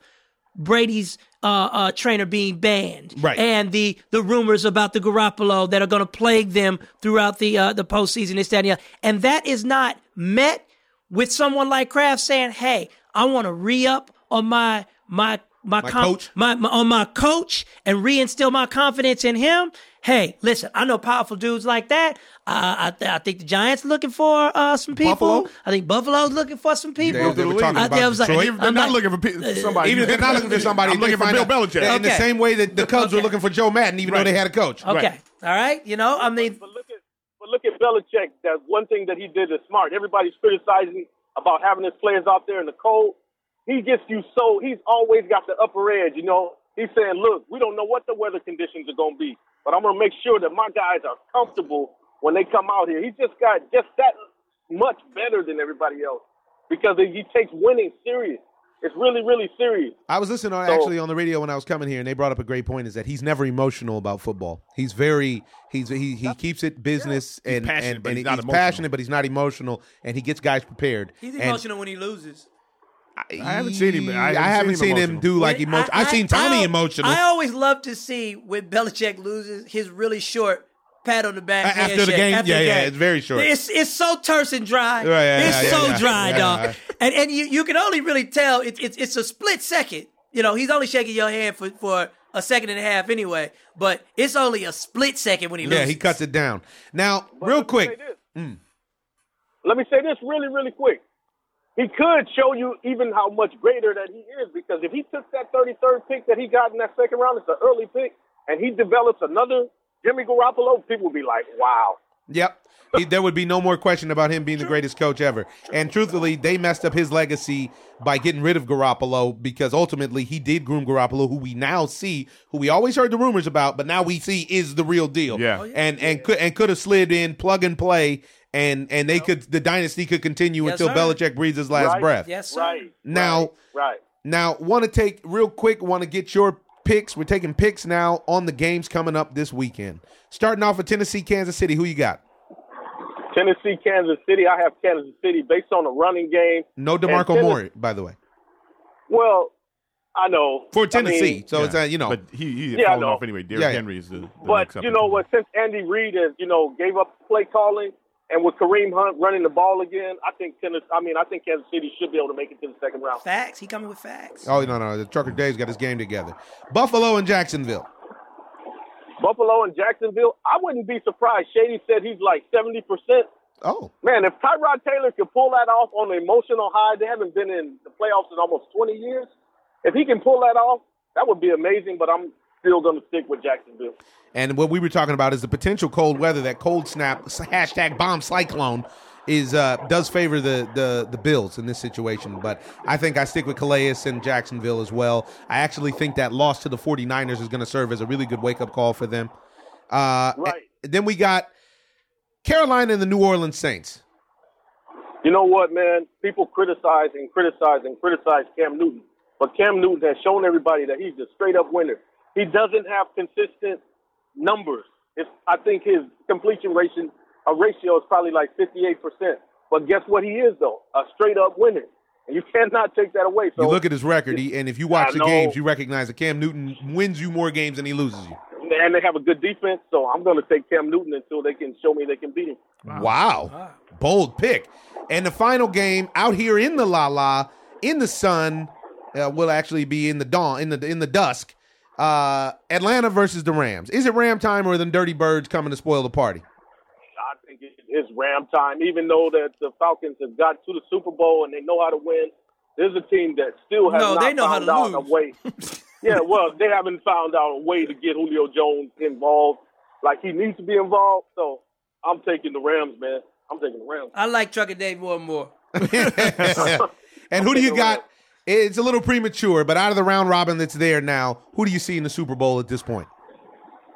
Brady's uh, uh, trainer being banned,
Right.
and the the rumors about the Garoppolo that are going to plague them throughout the uh, the postseason, this, that, and the other. and that is not met with someone like Kraft saying, "Hey, I want to re up on my my my, my
coach?
my, my on my coach and reinstill my confidence in him. Hey, listen, I know powerful dudes like that. Uh, I th- I think the Giants looking for uh, some people.
Buffalo?
I think Buffalo's looking for some people.
They, they were talking
I-
about
I was like-
Detroit.
I'm
They're not
like-
looking for pe- somebody.
even if they're not looking for somebody,
I'm looking
they
for Bill
find out-
Belichick.
In the
Okay.
same way that the Cubs were looking for Joe Madden, even though they had a coach.
okay,
Right.
all right, you know, I mean,
But look at but look at Belichick. That one thing that he did is smart. Everybody's criticizing about having his players out there in the cold. He gets you so he's always got the upper edge. You know, he's saying, "Look, we don't know what the weather conditions are going to be, but I'm going to make sure that my guys are comfortable when they come out here." He just got just that much better than everybody else because he takes winning serious. It's really, really serious.
I was listening on, actually on the radio when I was coming here, and they brought up a great point: is that he's never emotional about football. He's very he's he he keeps it business and
passionate,
and,
but
and
he's not
he's
emotional.
passionate, but he's not emotional, and he gets guys prepared.
he's
And
emotional when he loses.
I haven't seen him. I haven't,
seen, him,
emotional.
do like emotional. I've seen Tommy
I-
emotional.
I always love to see when Belichick loses his really short pat on the back
A- after the
handshake
game?
after
Yeah,
the
yeah,
game.
it's very short.
It's it's so terse and dry.
Right, yeah,
it's
yeah,
so
yeah,
dry,
yeah.
dog.
Yeah.
And and you you can only really tell it's it's it's a split second. You know, he's only shaking your hand for for a second and a half anyway. But it's only a split second when he loses.
yeah, he cuts it down. Now,
But
real
let me say
quick,
this. Let me say this really, really quick. He could show you even how much greater that he is because if he took that 33rd pick that he got in that second round, it's an early pick, and he develops another Jimmy Garoppolo, people would be like, wow.
Yep. He, there would be no more question about him being the greatest coach ever. And truthfully, they messed up his legacy by getting rid of Garoppolo because ultimately he did groom Garoppolo, who we now see, who we always heard the rumors about, but now we see is the real deal.
Yeah. Oh, yeah.
And and could and could have slid in plug and play and and they could the dynasty could continue
Yes,
until
sir.
Belichick breathes his last
Right.
breath.
Yes, sir.
Right.
Now-
right.
Now, want to take real quick, want to get your picks. We're taking picks now on the games coming up this weekend. Starting off with Tennessee, Kansas City, who you got?
right. Tennessee, Kansas City. I have Kansas City based on the running game.
No
And
DeMarco
Tennes-
Murray, by the way.
Well, I know.
for
I mean,
Tennessee. so it's uh, you know,
But he, he
Yeah, I
falling
know.
off anyway. Derrick
Yeah, yeah.
Henry is the, the
But
next up.
you know what? Since Andy Reid has you know gave up play calling, and with Kareem Hunt running the ball again, I think Tennessee. I mean, I think Kansas City should be able to make it to the second round.
Facts. He coming with facts.
oh no no, the Trucker Dave's got his game together. Buffalo and Jacksonville.
Buffalo and Jacksonville. I wouldn't be surprised. Shady said he's like seventy percent.
Oh,
Man, if Tyrod Taylor could pull that off on an emotional high, they haven't been in the playoffs in almost twenty years. If he can pull that off, that would be amazing. But I'm still going to stick with Jacksonville.
and what we were talking about is the potential cold weather. That cold snap hashtag bomb cyclone is uh, does favor the, the the Bills in this situation. But I think I stick with Calais and Jacksonville as well. I actually think that loss to the 49ers is going to serve as a really good wake up call for them. Uh,
Right.
Then we got Carolina and the New Orleans Saints.
You know what, man? People criticize and criticize and criticize Cam Newton, but Cam Newton has shown everybody that he's a straight up winner. He doesn't have consistent numbers. It's, I think his completion ratio, a ratio is probably like 58%. But guess what he is, though? A straight up winner. And you cannot take that away. So
You look at his record, he, and if you
I
watch the
know.
games, you recognize that Cam Newton wins you more games than he loses you.
Man, and they have a good defense. So I'm going to take Cam Newton until they can show me they can beat him.
Wow. Bold pick. And the final game out here in the la la, in the sun, uh, will actually be in the dawn, in the in the dusk. Uh, Atlanta versus the Rams. Is it Ram time or are the Dirty Birds coming to spoil the party?
I think it- it's Ram time. Even though that the Falcons have got to the Super Bowl and they know how to win, there's a team that still has
No,
not
they know how
found
to
out
lose.
a way. yeah, well, they haven't found out a way to get Julio Jones involved like he needs to be involved. So I'm taking the Rams, man. I'm taking the Rams.
I like Trucker Dave more and more.
and who do you got? It's a little premature, but out of the round robin that's there now, who do you see in the Super Bowl at this point?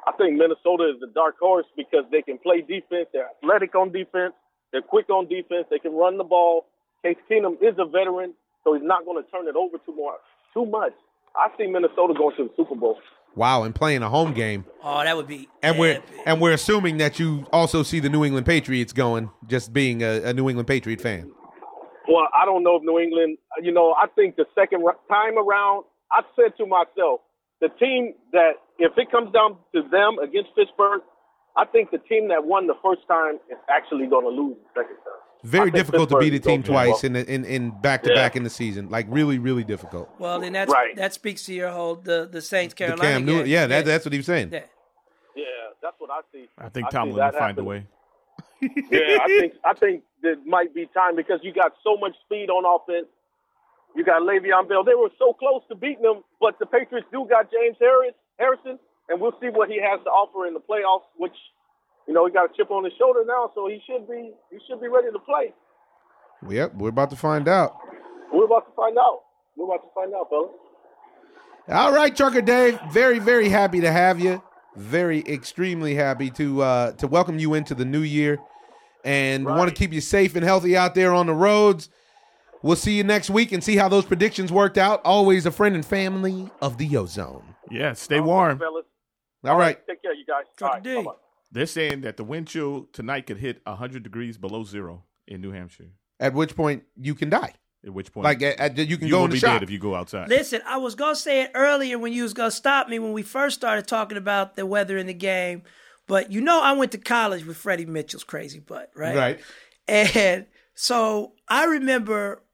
I think Minnesota is the dark horse because they can play defense. They're athletic on defense. They're quick on defense. They can run the ball. Case Keenum is a veteran, so he's not going to turn it over too much. Too much. I see Minnesota going to the Super Bowl.
Wow, and playing a home game.
Oh, that would be.
And we're
epic.
and we're assuming that you also see the New England Patriots going, just being a, a New England Patriot fan.
Well, I don't know if New England. You know, I think the second ro- time around, I said to myself, the team that if it comes down to them against Pittsburgh, I think the team that won the first time is actually going to lose the second time. I
Very
think
difficult to beat a team
Pittsburgh is gonna do
twice in the, in in back to back in the season. Like really, really difficult.
Well, then that's
Right.
that speaks to your whole the the Saints
The
Carolina
Cam Newton,
game.
yeah, that, that's what he was saying.
yeah.
Yeah, that's what I see.
I think
see
Tomlin will
that
find
happen.
a way.
yeah, I think I think there might be time because you got so much speed on offense. You got Le'Veon Bell. They were so close to beating them, but the Patriots do got James Harris Harrison, and we'll see what he has to offer in the playoffs. Which, you know, he got a chip on his shoulder now, so he should be he should be ready to play.
Yep, we're about to find out.
We're about to find out. We're about to find out, fellas.
All right, Trucker Dave, very very happy to have you. Very extremely happy to uh, to welcome you into the new year, and we want to keep you safe and healthy out there on the roads. We'll see you next week and see how those predictions worked out. Always a friend and family of the Ozone.
Yeah, stay warm.
Fellas,
All right,
take care, you guys.
Trucker
All right,
D.
bye-bye.
They're saying that the wind chill tonight could hit 100 degrees below zero in New Hampshire.
at which point you can die.
At which point,
Like at, at- you can
you
go
will
in the
be
shop.
dead if you go outside.
Listen, I was gonna say it earlier when you was gonna stop me when we first started talking about the weather in the game, but you know I went to college with Freddie Mitchell's crazy butt, right?
Right.
And so I remember,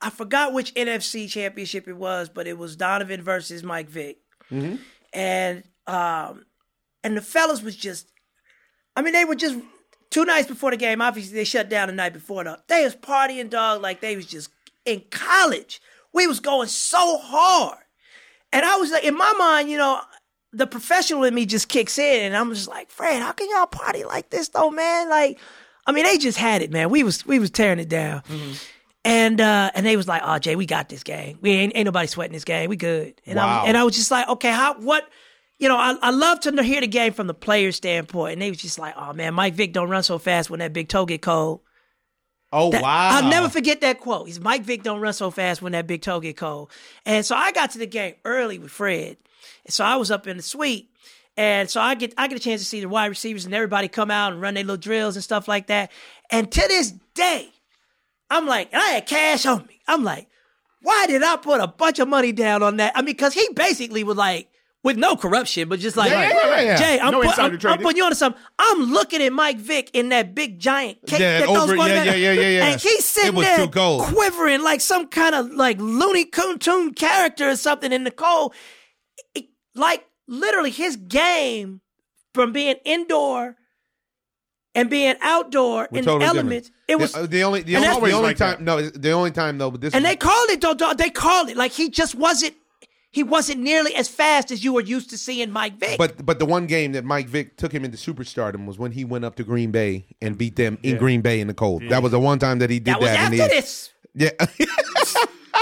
I forgot which NFC championship it was, but it was Donovan versus Mike Vick. And um, and the fellas was just, I mean, they were just two nights before the game. Obviously, they shut down the night before. Though. They was partying, dog, like they was just in college. We was going so hard. And I was like, in my mind, you know, the professional in me just kicks in, and I'm just like, Fred, how can y'all party like this though, man? Like, I mean, they just had it, man. We was we was tearing it down, and uh, and they was like, "Oh, Jay, we got this game. We ain't ain't nobody sweating this game. We good." And
Wow.
I and I was just like, "Okay, how what?" You know, I, I love to hear the game from the player standpoint, and they was just like, "Oh man, Mike Vick don't run so fast when that big toe get cold."
Oh
That-
wow!
I'll never forget that quote. He's Mike Vick don't run so fast when that big toe get cold. And so I got to the game early with Fred. And so I was up in the suite. And so I get I get a chance to see the wide receivers and everybody come out and run their little drills and stuff like that. And to this day, I'm like, and I had cash on me. I'm like, why did I put a bunch of money down on that? I mean, because he basically was like, with no corruption, but just like,
Yeah, yeah, yeah, yeah.
Jay, I'm,
No
put-
insider
I'm- I'm
trading.
putting you on something. I'm looking at Mike Vick in that big giant cake
Yeah,
that those
over- yeah,
quarterbacks-
yeah, yeah, yeah, yeah.
And he's
It
sitting
was
there
too cold.
quivering like some kind of like loony cartoon character or something in the cold. It- like literally his game from being indoor and being outdoor
We're
in
totally
the
different. uh,
elements. It was
the, the only the
and
only,
that's-
the only
like
time.
that.
No, it's the only time though. But this
and
is-
they called it though, dog. They called it. Like he just wasn't he wasn't nearly as fast as you were used to seeing Mike Vick.
But but the one game that Mike Vick took him into superstardom was when he went up to Green Bay and beat them in Green Bay in the cold. That was the one time that he did that.
that was
and
after this.
he- Yeah.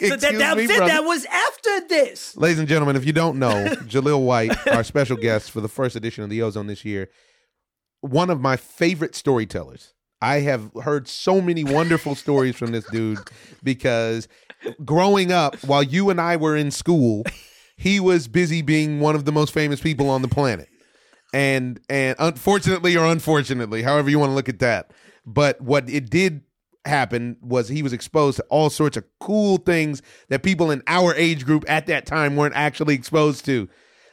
So that,
Excuse
that,
me,
was it.
brother.
that was after this.
Ladies and gentlemen, if you don't know, Jaleel White, our special guest for the first edition of the Ozone this year, one of my favorite storytellers. I have heard so many wonderful stories from this dude because growing up, while you and I were in school, he was busy being one of the most famous people on the planet. And and unfortunately or unfortunately, however you want to look at that. But what it did happen was he was exposed to all sorts of cool things that people in our age group at that time weren't actually exposed to.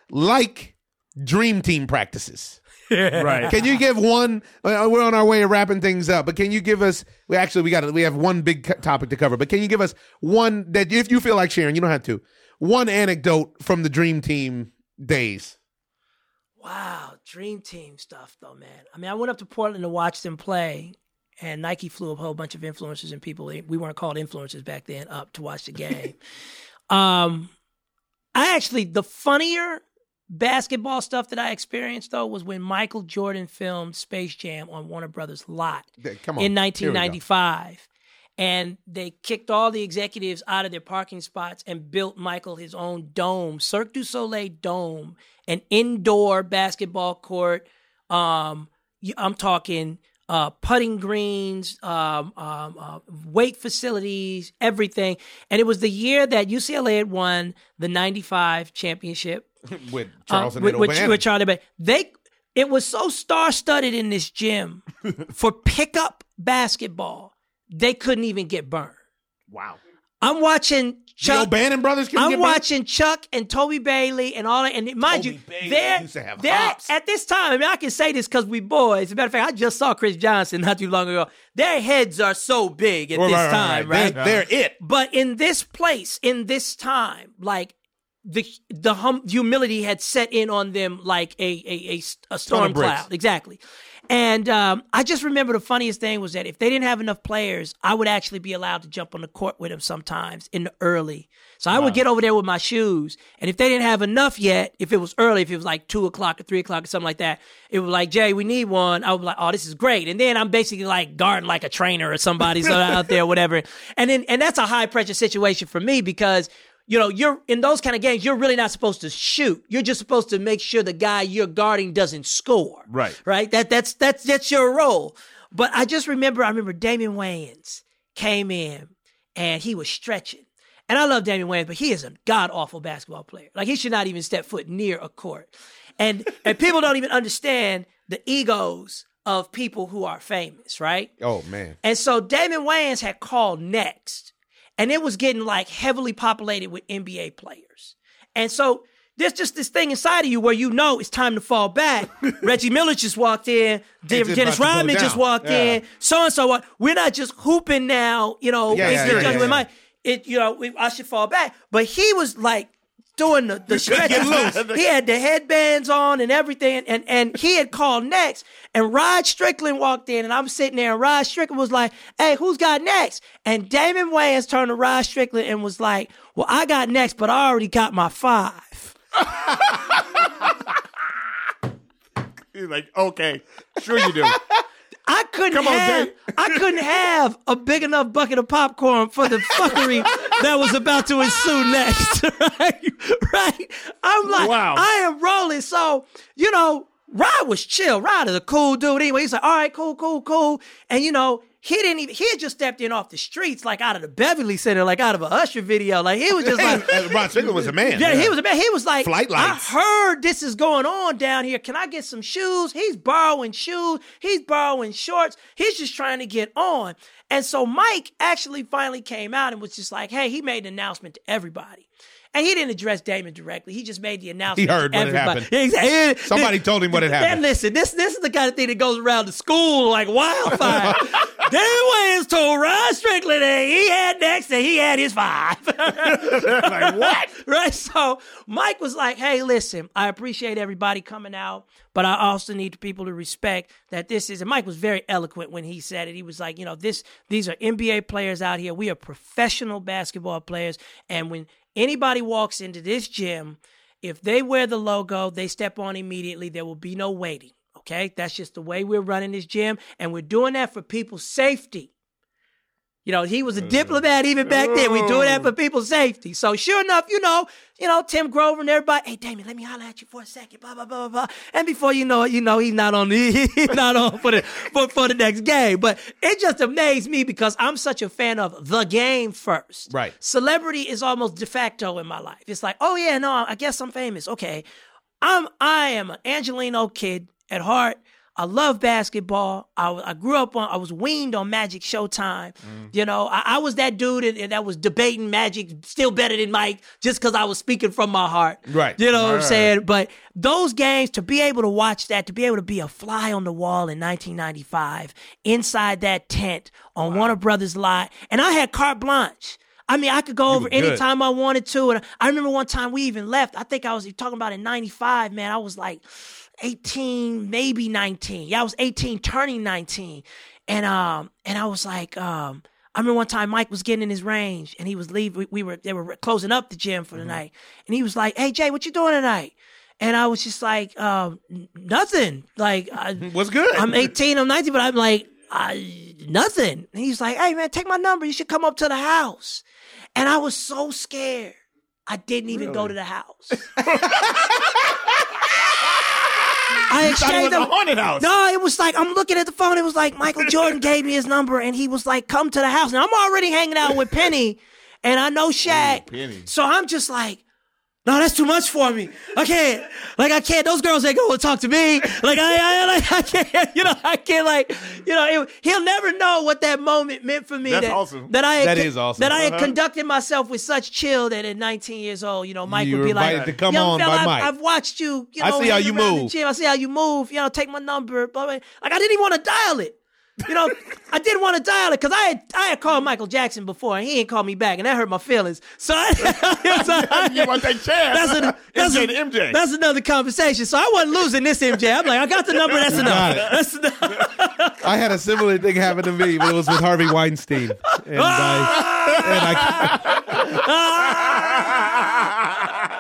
Like dream team practices.
right.
Can you give one? uh, We're on our way to wrapping things up, but can you give us? We actually we got we have one big co- topic to cover, but can you give us one that if you feel like sharing, you don't have to. One anecdote from the dream team days.
Wow, dream team stuff though, man. I mean, I went up to Portland to watch them play, and Nike flew a whole bunch of influencers and people. We weren't called influencers back then. Up to watch the game. um, I actually the funnier basketball stuff that I experienced though was when Michael Jordan filmed Space Jam on Warner Brothers lot
Th- Come on,
in
Here we go.
1995. And they kicked all the executives out of their parking spots and built Michael his own dome, Cirque du Soleil dome, an indoor basketball court. Um, you- I'm talking uh, putting greens, um, um, uh, weight facilities, everything. And it was the year that UCLA had won the 95 championship
with Charles
uh,
and
with,
Ed
with-
O'Bannon.
with Charlie Bannon. They it was so star studded in this gym for pickup basketball, they couldn't even get burned.
wow,
I'm watching
the
Chuck.
O'Bannon brothers. Can
I'm
get back?
watching Chuck and Toby Bailey and all that. And mind
Toby
you,
Bailey
they're,
used to have
they're-
hops.
at this time, I mean, I can say this because we boys. As a matter of fact, I just saw Chris Johnson not too long ago. Their heads are so big at
Right,
this
right, right,
time,
right.
right?
They're- they're it.
But in this place, in this time, like the the hum, humility had set in on them like a a, a, a storm
bricks.
cloud, exactly. And um, I just remember the funniest thing was that if they didn't have enough players, I would actually be allowed to jump on the court with them sometimes in the early. So I would get over there with my shoes, and if they didn't have enough yet, if it was early, if it was like two o'clock or three o'clock or something like that, it was like Jay, we need one. I was like, oh, this is great. And then I'm basically like guarding like a trainer or somebody so out there, whatever. And then and that's a high pressure situation for me because you know, you're in those kind of games, you're really not supposed to shoot. You're just supposed to make sure the guy you're guarding doesn't score.
Right.
Right? That that's that's that's your role. But I just remember I remember Damon Wayans came in and he was stretching. And I love Damian Wayans, but he is a god awful basketball player. Like he should not even step foot near a court. And and people don't even understand the egos of people who are famous, right?
Oh man,
And so Damon Wayans had called next, and it was getting like heavily populated with NBA players. And so there's just this thing inside of you where you know it's time to fall back. Reggie Miller just walked in,
It's about
Dennis
to go
Rodman just
down.
walked in, so and so. We're not just hooping now, you know.
Yeah,
it's
yeah,
just
yeah,
with
yeah.
my- it, you know, we, I should fall back. But he was like doing the, the stretches. he had the headbands on and everything, and and he had called next. And Rod Strickland walked in, and I'm sitting there, and Rod Strickland was like, "Hey, who's got next?" And Damon Wayans turned to Rod Strickland and was like, "Well, I got next, but I already got my five.
He's like, okay, sure you do.
I couldn't
Come on,
have,
Dave.
I couldn't have a big enough bucket of popcorn for the fuckery that was about to ensue next. right? Right? I'm like,
Wow.
I am rolling. So, you know, Rod was chill. Rod is a cool dude. Anyway, he's like, all right, cool, cool, cool. And you know, he didn't even he had just stepped in off the streets, like out of the Beverly Center, like out of a Usher video. Like he was just like
Rod Strickland was a man.
yeah, he was a man. He was like,
Flight lights.
I heard this is going on down here. Can I get some shoes? He's borrowing shoes. He's borrowing shorts. He's just trying to get on. And so Mike actually finally came out and was just like, hey, he made an announcement to everybody. And he didn't address Damon directly. He just made the announcement.
He heard
to
when it
everybody.
happened.
Yeah, exactly.
Somebody told him what had happened.
And listen, this this is the kind of thing that goes around the school like wildfire. Damon Wayans told Rod Strickland that he had next and he had his five. like what? Right. So Mike was like, "Hey, listen, I appreciate everybody coming out, but I also need people to respect that this is." And Mike was very eloquent when he said it. He was like, "You know, this these are NBA players out here. We are professional basketball players, and when anybody walks into this gym." If they wear the logo, they step on immediately. There will be no waiting. Okay. That's just the way we're running this gym. And we're doing that for people's safety. You know, he was a diplomat even back then. We doing that for people's safety. So sure enough, you know, you know, Tim Grover and everybody, hey Damien, let me holler at you for a second. Blah, blah, blah, blah, blah. And before you know it, you know, he's not on the he's not on for the for, for the next game. But it just amazed me because I'm such a fan of the game first.
Right.
Celebrity is almost de facto in my life. It's like, oh yeah, no, I guess I'm famous. Okay. I'm I am an Angelino kid at heart. I love basketball. I, I grew up on, I was weaned on Magic Showtime. You know, I, I was that dude that, that was debating Magic still better than Mike just because I was speaking from my heart.
Right.
You know what I'm
Right.
saying? But those games, to be able to watch that, to be able to be a fly on the wall in 1995 inside that tent on Warner Brothers lot, and I had carte blanche. I mean, I could go over
good.
anytime I wanted to. And I remember one time we even left. I think I was talking about in 95, man. I was like 18, maybe 19. Yeah, I was 18, turning 19. And um, and I was like, um, I remember one time Mike was getting in his range and he was leaving. We, we were they were closing up the gym
Mm-hmm.
for the night. And he was like, Hey Jay, what you doing tonight? And I was just like, um, n- nothing. Like I,
What's good?
I'm 18, I'm 19, but I'm like, I, nothing. And he's like, hey, man, take my number. You should come up to the house. And I was so scared. I didn't even go to the house. I exchanged them.
haunted house.
No, it was like I'm looking at the phone. It was like Michael Jordan gave me his number, and he was like, "Come to the house." And I'm already hanging out with Penny, and I know Shaq. So I'm just like, no, that's too much for me. I can't. Like I can't. Those girls ain't gonna talk to me. Like I, I, like, I can't. You know, I can't. Like you know, it- he'll never know what that moment meant for me.
That's
that,
awesome.
That I had,
That
con-
is awesome.
That I had
Uh-huh.
conducted myself with such chill that at 19 years old, you know, Mike
You
would be
were
like,
invited to come
"Young
on
fella,
by
I've,
Mike."
I've watched you. You
I
know,
see how
hanging
you
around the
move.
gym. I see how you move. You know, take my number. Blah, blah. Like I didn't even want to dial it. You know, I didn't want to dial it because I had I had called Michael Jackson before and he ain't called me back and that hurt my feelings. So I, so I-
You want that chance?
that's, a, that's,
MJ
a-
to MJ.
that's another conversation. So I wasn't losing this MJ. I'm like, I got the number. That's enough. That's enough.
I had a similar thing happen to me, but it was with Harvey Weinstein. And uh,
Ah,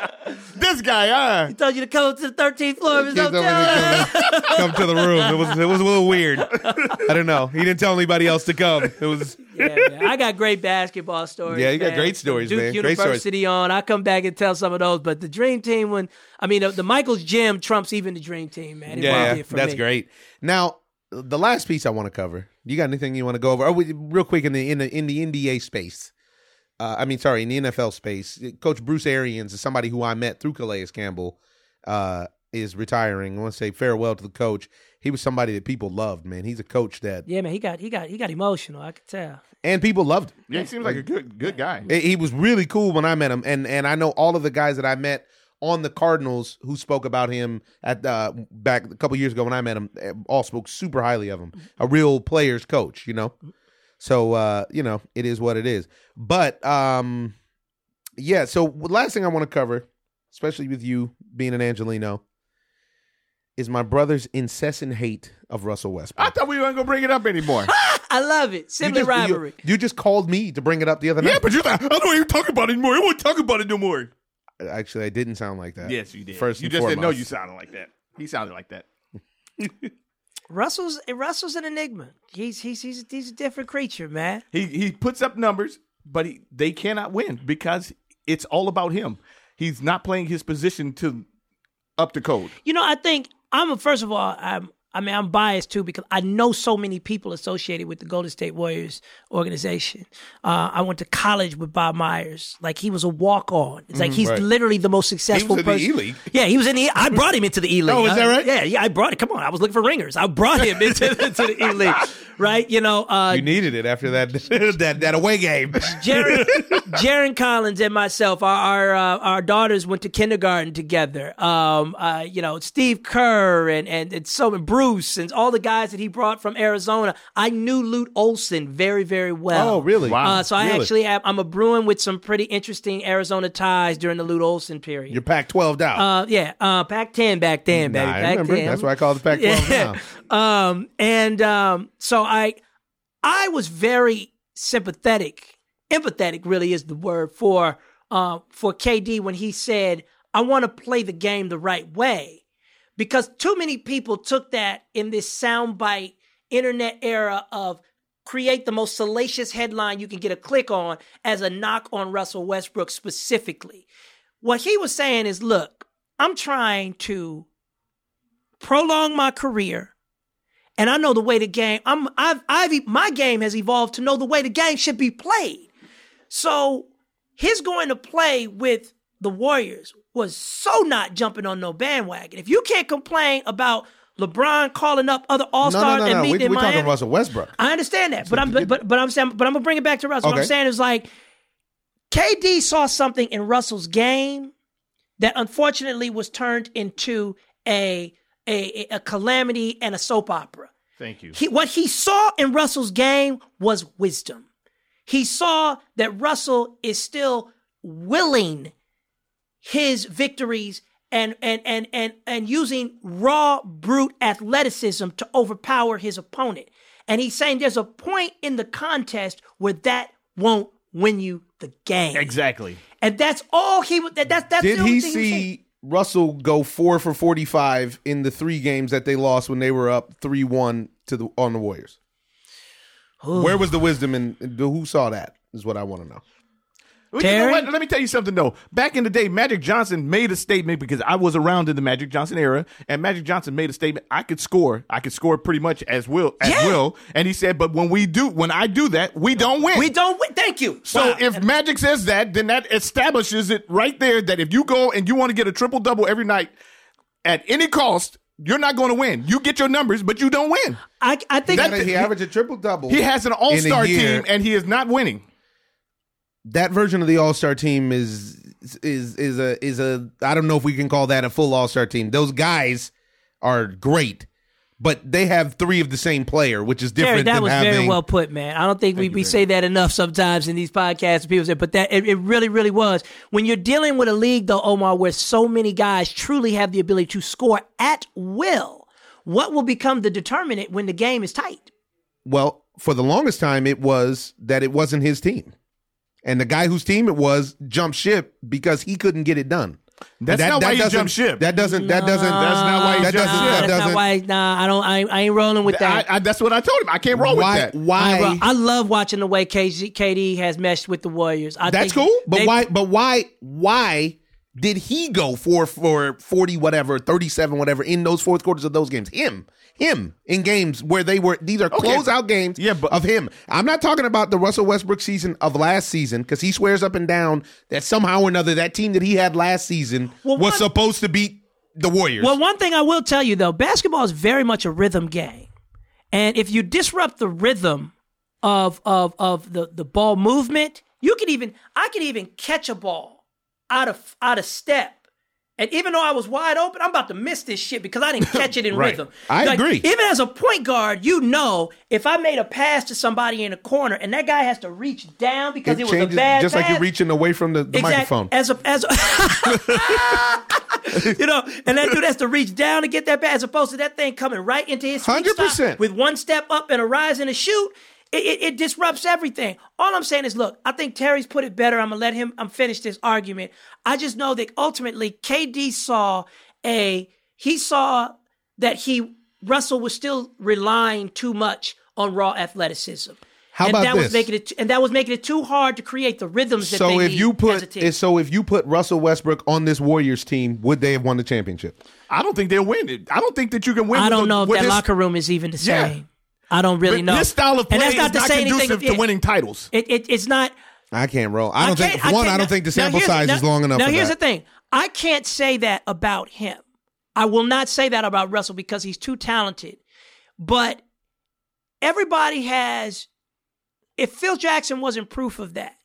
I,
this guy, ah.
Told you to come to the 13th floor of his
and I
hotel.
come, come to the room. It was it was a little weird. I don't know. He didn't tell anybody else to come. It was
yeah, man. I got great basketball stories.
Yeah, you got
man.
great stories,
Duke
man. Great stories.
University on. I come back and tell some of those. But the dream team, when I mean the, the Michael's gym trumps even the dream team, man. It
yeah,
really
yeah
did for
that's
me.
great. Now, the last piece I want to cover. You got anything you want to go over? Oh, we, real quick in the in the in the NBA space. Uh, I mean, sorry, in the NFL space. Coach Bruce Arians is somebody who I met through Calais Campbell. Uh, is retiring. I want to say farewell to the coach. He was somebody that people loved. Man, he's a coach that
Yeah, man. He got he got he got emotional. I could tell.
and people loved him.
Yeah, he seems like a good good guy.
He he was really cool when I met him, and and I know all of the guys that I met on the Cardinals who spoke about him at uh, back a couple years ago when I met him, eh, all spoke super highly of him. A real players coach, you know. So uh, you know, it is what it is. But um, yeah. So last thing I want to cover, especially with you being an Angelino, is my brother's incessant hate of Russell Westbrook.
I thought we weren't gonna bring it up anymore.
I love it.
You
Sibling
just- you-
rivalry.
You, just called me to bring it up the other
yeah,
night.
but you thought I don't even talk about it anymore. I won't talk about it no more.
Actually, I didn't sound like that.
Yes, you did.
First
you
and
just didn't know
foremost.
you sounded like that. He sounded like that.
Russell's Russell's an enigma. He's he's he's he's a different creature, man.
He he puts up numbers, but he, they cannot win because it's all about him. He's not playing his position to up to code.
You know, I think I'm a, first of all, I'm I mean, I'm biased too because I know so many people associated with the Golden State Warriors organization. Uh, I went to college with Bob Myers. Like he was a walk on. It's
Mm,
like he's literally the most successful
in the
person.
E-League.
Yeah, he was in the. I brought him into the E League.
Oh, is that
I-
right?
yeah, yeah. I brought it. Come on, I was looking for ringers. I brought him into, into the E League, right? You know, uh,
You needed it after that that that away game.
Jaron, Jaron Collins and myself, our our, uh, our daughters went to kindergarten together. Um, uh, you know, Steve Kerr and and and so and Bruce and all the guys that he brought from Arizona. I knew Lute Olson very very
Oh,
well.
Wow.
Uh, so I actually have, I'm a Bruin with some pretty interesting Arizona ties during the Lute Olson period.
You're packed 12 out.
uh, yeah, uh, Pac-10 back then, baby.
Nah, I
Pac-10.
remember. That's why I call it the Pac 12 now.
Um, and um, so I, I was very sympathetic. Empathetic really is the word for uh, for KD when he said, "I want to play the game the right way," because too many people took that in this soundbite internet era of create the most salacious headline you can get a click on as a knock on Russell Westbrook specifically. What he was saying is, look, I'm trying to prolong my career and I know the way the game I'm I've I've e- my game has evolved to know the way the game should be played. So his going to play with the Warriors was so not jumping on no bandwagon. If you can't complain about LeBron calling up other All
No, no,
Stars
no,
and
no. We,
meeting
we're
in Miami.
talking Russell Westbrook.
I understand that, but I'm but, but but I'm saying but I'm gonna bring it back to Russell. What I'm
Okay.
saying is like KD saw something in Russell's game that unfortunately was turned into a a, a calamity and a soap opera.
Thank you.
He, what he saw in Russell's game was wisdom. He saw that Russell is still willing his victories and and and and and using raw brute athleticism to overpower his opponent. And he's saying there's a point in the contest where that won't win you the game.
Exactly.
And that's all he would. That, that's that's
Did
the only
he
thing was saying.
see Russell go four for forty-five in the three games that they lost when they were up three-one to the on the Warriors? Where was the wisdom in? Who saw that? Is what I want to know.
Well, you know
Terry?
what? Let me tell you something though. Back in the day, Magic Johnson made a statement because I was around in the Magic Johnson era, and Magic Johnson made a statement. I could score. I could score pretty much as will as
Yeah.
will. And he said, but when we do, when I do that, we don't win.
We don't. win. Thank you.
So
Wow.
if Magic says that, then that establishes it right there that if you go and you want to get a triple double every night at any cost, you're not going to win. You get your numbers, but you don't win.
I I think
That-
He averaged a triple double.
He has an all star team and he is not winning.
that version of the All Star team is is is a is a I don't know if we can call that a full All Star team. Those guys are great, but they have three of the same player, which is
Terry,
different.
that
than
was
having,
very well put, man. I don't think we, we say that enough sometimes in these podcasts. People say, but that it, it really, really was. When you're dealing with a league, though, Omar, where so many guys truly have the ability to score at will, what will become the determinant when the game is tight?
Well, for the longest time, it was that it wasn't his team, and the guy whose team it was jumped ship because he couldn't get it done.
That's
That-
not
that
why you
doesn't-
jump ship.
That doesn't. That
That's
doesn't.
not why he
That
jumped
doesn't.
ship.
That
Nah, that's
doesn't.
not why. Nah, I don't. I, I ain't rolling with that.
I, I, that's what I told him. I can't roll
why?
with that.
I, ain't roll-
Why?
I love watching the way KG, KD has meshed with the Warriors. I
That's
think
cool. But
they-
why? But why? Why did he go four for forty, whatever, thirty-seven, whatever, in those fourth quarters of those games? Him, him, in games where they were. These are closeout games.
Yeah, but-
of him. I'm not talking about the Russell Westbrook season of last season because he swears up and down that somehow or another that team that he had last season
Well,
was
one-
supposed to beat the Warriors.
Well, one thing I will tell you though, basketball is very much a rhythm game, and if you disrupt the rhythm of of of the the ball movement, you can even I could even catch a ball out of out of step. And even though I was wide open, I'm about to miss this shit because I didn't catch it in
Right.
rhythm.
I agree.
Even as a point guard, you know if I made a pass to somebody in a corner and that guy has to reach down because it, was a bad
just like
pass,
you're reaching away from the, the
Exact-
microphone.
As a as a, you know, and that dude has to reach down to get that back, as opposed to that thing coming right into his sweet spot
100%.
with one step up and a rise and a shoot. It, it, it disrupts everything. All I'm saying is, look, I think Terry's put it better. I'm gonna let him. I'm finish this argument. I just know that ultimately, KD saw a he saw that he Russell was still relying too much on raw athleticism.
How
and
about
that
this?
was making it, and that was making it too hard to create the rhythms that
So
they
if
need
you
as a
put
team.
so if you put Russell Westbrook on this Warriors team, would they have won the championship?
I don't think they'll win it. I don't think that you can win.
I
with
don't
the-
know if
with
that
his-
locker room is even the
Yeah.
same. I don't really
with
know.
This style of play
and that's not
is
to
not
say
conducive
anything
to winning titles.
It, it, it's not.
I can't roll. I don't
I
think
can't-
one. I,
can't-
don't think the sample
here's-
size
now-
is long enough.
Now
for
here's
that.
the thing: I can't say that about him. I will not say that about Russell because he's too talented. But everybody has. If Phil Jackson wasn't proof of that,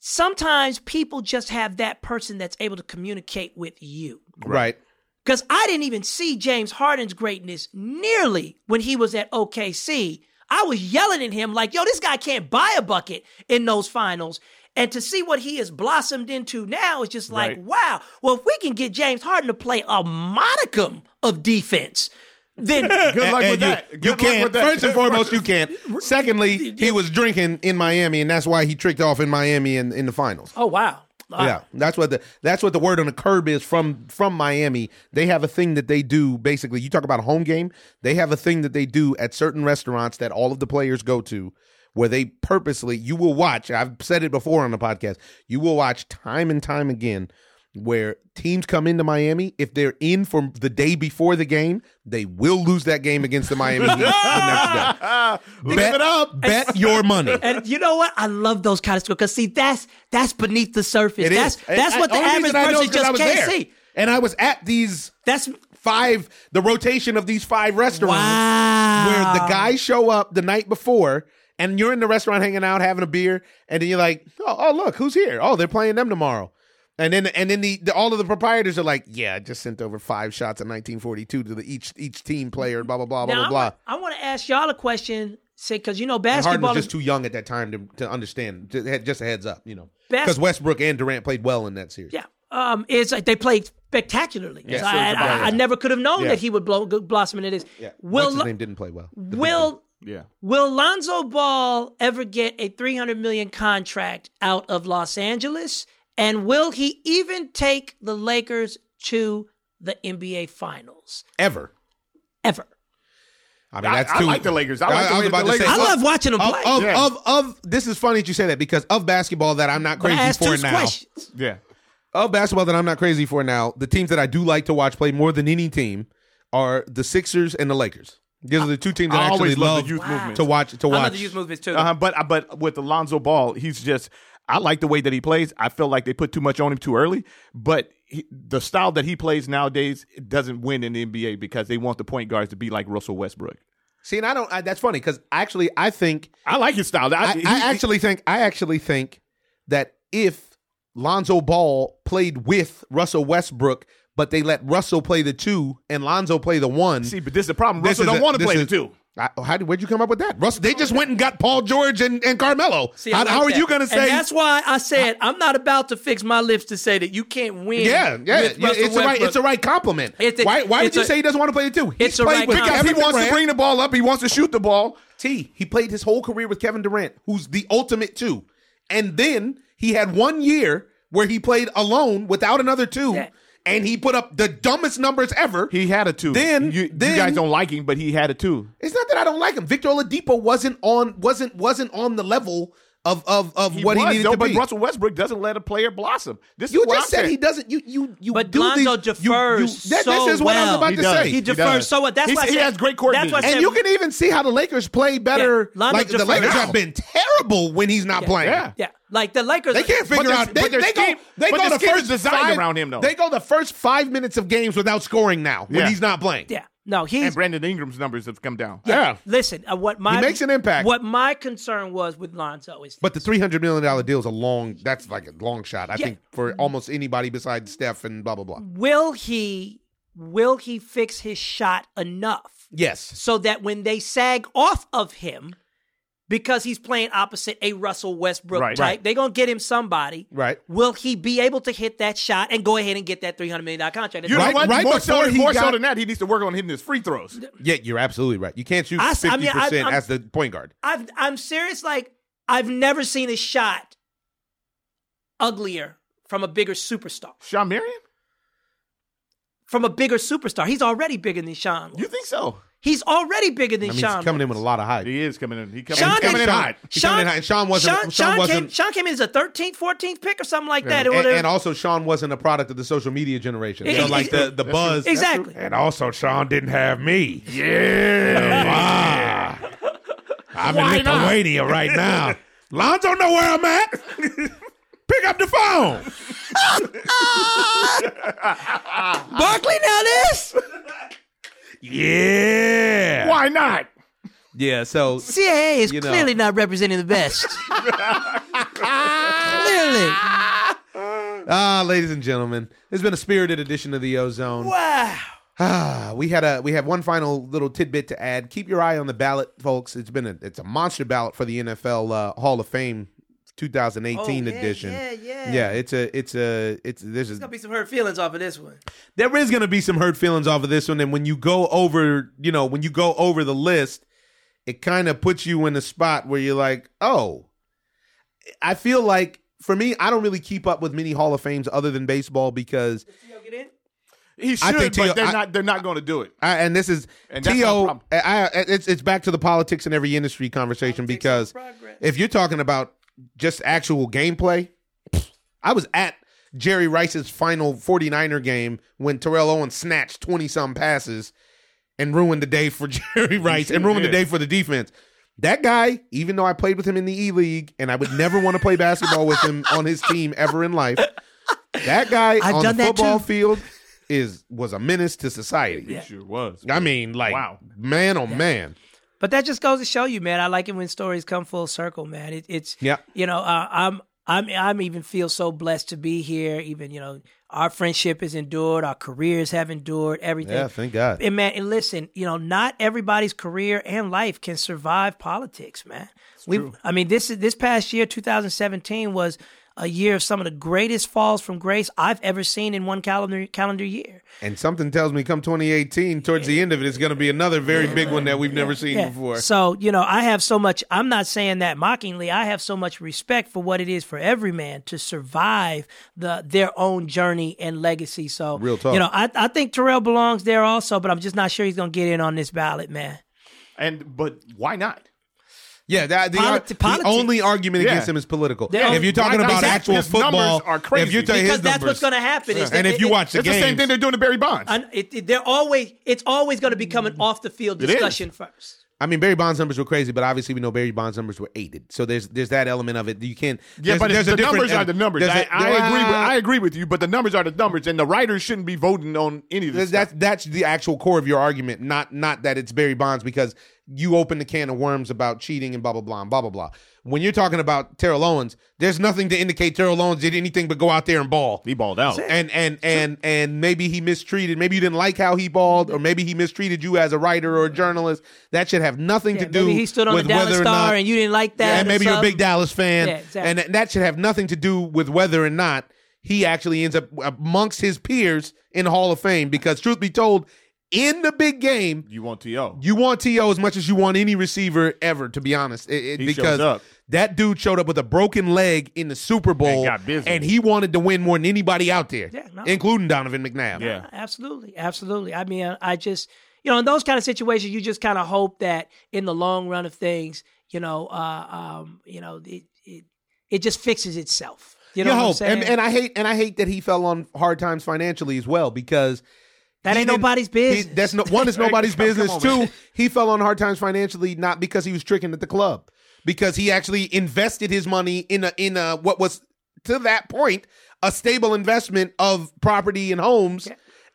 sometimes people just have that person that's able to communicate with you.
right?
Because I didn't even see James Harden's greatness nearly when he was at OKC. I was yelling at him like, yo, this guy can't buy a bucket in those finals. And to see what he has blossomed into now is just like, wow. Well, if we can get James Harden to play a modicum of defense, then
Good luck with
And you,
that. Good
you
luck
can't.
with that.
First and foremost, you can't. Secondly, he was drinking in Miami, and that's why he tricked off in Miami in, in the finals.
oh wow.
Ah.
Wow.
Yeah, that's what the that's what the word on the curb is from from Miami. They have a thing that they do. Basically, you talk about a home game. They have a thing that they do at certain restaurants that all of the players go to, where they purposely. You will watch. I've said it before on the podcast. You will watch time and time again where teams come into Miami if they're in from the day before the game, they will lose that game against the Miami Heat the next day.
Live
Bet
it up.
Bet your money.
And you know what? I love those kind of schools because see, that's that's beneath the surface.
It is.
that's that's
I-
what the
only
average
reason I know is
person
'cause I
just
was
can't
there.
see.
And I was at these
That's
five the rotation of these five restaurants
Wow.
where the guys show up the night before and you're in the restaurant hanging out having a beer and then you're like oh, oh look who's here oh they're playing them tomorrow and then and then the, the all of the proprietors are like yeah I just sent over five shots of 1942 to the each each team player blah blah blah blah blah
Now, I
blah
wa- I want to ask y'all a question, say because you know
and Harden
basketball
was
is
just too young at that time to, to understand. Just a- Just a heads up, you know,
Best-
because Westbrook and Durant played well in that series.
yeah. Um, is like they played spectacularly.
Yeah,
So
so
I,
it's
I-
about-
I never could have known
Yeah.
that he would blow, blossom, and it is.
Will
Will
name didn't play well. The big
will
Yeah.
will Lonzo Ball ever get a three hundred million contract out of Los Angeles? And will he even take the Lakers to the NBA Finals
one. ever.
ever?
I mean,
I-
that's
I
too.
like the Lakers. I like the way that
was about
the
to say.
Lakers-
I
of-
love watching him
Of,
play.
of,
Yeah.
of of this is funny that you say that because of basketball that I'm not
But I
crazy
asked
for
two
now.
questions.
Yeah.
Of basketball that I'm not crazy for now, the teams that I do like to watch play more than any team are the Sixers and the Lakers. These are the two teams that I,
I
actually
always love
love
the youth movement.
to watch. To
I love
watch. Uh,
the youth movements too.
Uh-huh, but but with Alonzo Ball, he's just I like the way that he plays. I feel like they put too much on him too early, but he, the style that he plays nowadays it doesn't win in the NBA because they want the point guards to be like Russell Westbrook.
See, and I don't. I, that's funny because actually I think
I like his style. I,
I,
he-
I actually think I actually think that if Lonzo Ball played with Russell Westbrook, but they let Russell play the two and Lonzo play the one.
see, but this is the problem.
this
Russell
is
don't
a-
want to
this
play
is-
the two.
I, how did, where'd you come up with that? Russell, they just went and got Paul George and, and Carmelo.
See, I
how,
like
how are
that.
you going to say?
And that's why I said I'm not about to fix my lips to say that you can't win.
yeah, yeah,
with
yeah,
Russell
it's the right,
Westbrook.
it's the right compliment.
It's a-
why, why
it's
did you
a-
say he doesn't want to play the two? He's
it's a
played
right
with
compliment.
Kevin
Because he wants
Durant.
to bring the ball up, he wants to shoot the ball.
T. He played his whole career with Kevin Durant, who's the ultimate two. And then he had one year where he played alone without another two,
Yeah.
and he put up the dumbest numbers ever.
He had a two.
Then-
you, you
then-
guys don't like him, but he had a two.
it's not that I don't like him. Victor Oladipo wasn't on wasn't wasn't on the level of of of what
was,
he needed
though,
to
but
be.
Russell Westbrook doesn't let a player blossom. This
you
is what
just
I'm
said
saying.
he doesn't. You you you
But
do
Lonzo
these- you-
defers
that-
so
this is what I was
well.
about
He
to
does.
say.
He defers
does.
so what? That's
He's-
why I
he
said-
has great
That's why I
coordinating.
said
and you can even see how the Lakers play better.
Yeah, Lonzo
like the
defers.
Lakers
Now.
have been terrible when he's not playing.
Yeah.
Yeah, like the Lakers.
They can't figure
their-
out. They,
but their
they
scheme-
go. They
but
go
their
the
scheme
first
is designed
five,
around him, though.
They go the first five minutes of games without scoring now when
Yeah.
he's not playing.
Yeah, no,
and
he's.
Brandon Ingram's numbers have come down.
Yeah.
Listen, uh, what my
He makes an impact.
What my concern was with Lonzo is,
But the three hundred million dollar deal is a long. That's like a long shot. I
Yeah.
think for almost anybody besides Steph and blah blah blah.
will he, will he fix his shot enough
Yes.
so that when they sag off of him, because he's playing opposite a Russell Westbrook
Right.
type,
Right.
they're gonna get him somebody.
Right.
Will he be able to hit that shot and go ahead and get that three hundred million dollar contract?
You know
Right-
what?
right
more so,
before he
more so
got-
than that, he needs to work on hitting his free throws.
Yeah, you're absolutely right. You can't shoot
I s-
fifty
I mean, I-
percent
I'm-
as the point guard.
I've, I'm serious. Like I've never seen a shot uglier from a bigger superstar.
Sean Marion?
From a bigger superstar, he's already bigger than Sean.
You think so?
He's already bigger than
I mean,
Sean.
he's coming in with a lot of hype.
He is coming in. He coming,
Sean
he's
is-
coming in
Sean-
hot.
He's coming in high, and Sean wasn't-
Sean,
Sean
Sean Came,
wasn't-
Sean came in as a 13th, 14th pick or something like that.
And, and,
or whatever.
and also, Sean wasn't a product of the social media generation.
Yeah,
So,
he-
like the the buzz.
exactly.
And also, Sean didn't have me. ah.
Yeah.
I'm in Lithuania right now. Lonzo know where I'm at. Pick up the phone.
Barkley now this?
Yeah.
Why not?
Yeah. So
CIA is
You know.
clearly not representing the best. clearly.
Ah, ladies and gentlemen, it's been a spirited edition of the Ozone.
Wow.
Ah, we had a we have one final little tidbit to add. Keep your eye on the ballot, folks. It's been a it's a monster ballot for the NFL uh, Hall of Fame 2018
Oh, yeah,
edition.
yeah, yeah.
it's a it's a it's there's a,
There's gonna be some hurt feelings off of this one.
there is gonna be some hurt feelings off of this one, and when you go over, you know, when you go over the list, it kind of puts you in a spot where you're like, oh, I feel like for me, I don't really keep up with many Hall of Fames other than baseball because
He should,
I think Tio-
but they're
I-
not. They're not going to do it.
I, and this is
And that's not a
T.O. I,
problem.
I, it's it's back to the politics in every industry conversation because if you're talking about just actual gameplay, I was at Jerry Rice's final 49er game when Terrell Owens snatched 20 some passes and ruined the day for Jerry Rice and ruined the day for the defense. That guy, even though I played with him in the E League and I would never want to play basketball with him on his team ever in life, that guy
I've
on
done
the
that
football
too.
field is was a menace to society.
Sure was.
I mean, like
Wow.
man oh man.
But that just goes to show you, man. I like it when stories come full circle, man. It, it's
Yeah.
you know, uh, I'm I'm I'm even feel so blessed to be here. Even you know, our friendship has endured, our careers have endured, everything.
Yeah, thank God.
And man, and listen, you know, not everybody's career and life can survive politics, man. We, I mean, this is this past year, 2017, was a year of some of the greatest falls from grace I've ever seen in one calendar calendar year.
And something tells me come 2018, towards the end of it, it's going to be another very big one that we've never seen
Yeah.
before.
So, you know, I have so much, I'm not saying that mockingly. I have so much respect for what it is for every man to survive the their own journey and legacy. So,
Real talk.
you know, I, I think Terrell belongs there also, but I'm just not sure he's going to get in on this ballot, man.
And but why not?
Yeah, that, the, uh,
Politi-
the
politics.
only argument against
Yeah.
him is political.
They're-
if you're talking
Why not?
about
His-
actual
his numbers
football,
are crazy.
if you're talking
Because
his
that's what's
numbers,
going to happen. Is
and
that
if you
it-
watch the
It's the same
games-
thing they're doing to Barry Bonds.
un- it, it- they're always it's always going to become
Mm.
an off the field
is.
discussion first.
I mean, Barry Bonds numbers were crazy, but obviously we know Barry Bonds numbers were aided. So there's there's that element of it. You can't.
yeah,
there's,
but
there's
it's,
a
the
different
numbers are
ele-
the numbers.
there's
I,
a-
I agree. With,
Well,
I agree with you, but the numbers are the numbers, and the writers shouldn't be voting on any of this.
That's that's the actual core of your argument, not not that it's Barry Bonds because you opened the can of worms about cheating and blah blah blah and blah blah blah. When you're talking about Terrell Owens, there's nothing to indicate Terrell Owens did anything but go out there and ball.
He balled out.
and and and and maybe he mistreated. Maybe you didn't like how he balled, or maybe he mistreated you as a writer or a journalist. That should have nothing
Yeah,
to do
maybe he stood on the
with
Dallas
whether or
Star
not.
and you didn't like that.
and
or
maybe you're a
something.
big Dallas fan,
Yeah, exactly.
and that- that should have nothing to do with whether or not he actually ends up amongst his peers in the Hall of Fame. Because truth be told, in the big game,
you want to?
you want To as much as you want any receiver ever, to be honest. It- it-
He shows
because
up.
that dude showed up with a broken leg in the Super Bowl,
got busy.
and he wanted to win more than anybody out there,
Yeah, no.
including Donovan McNabb.
Yeah.
Absolutely, absolutely. I mean, I just you know, in those kind of situations, you just kind of hope that in the long run of things, you know, uh, um, you know, it, it it just fixes itself. You know,
You
what I'm
hope.
saying?
and, and I hate and I hate that he fell on hard times financially as well because
that
he
ain't
didn't-
nobody's
he-
business.
that's no, one is nobody's
Come- come
business.
on,
Two,
man.
he fell on hard times financially not because he was tricking at the club, because he actually invested his money in a in a what was to that point a stable investment of property and homes,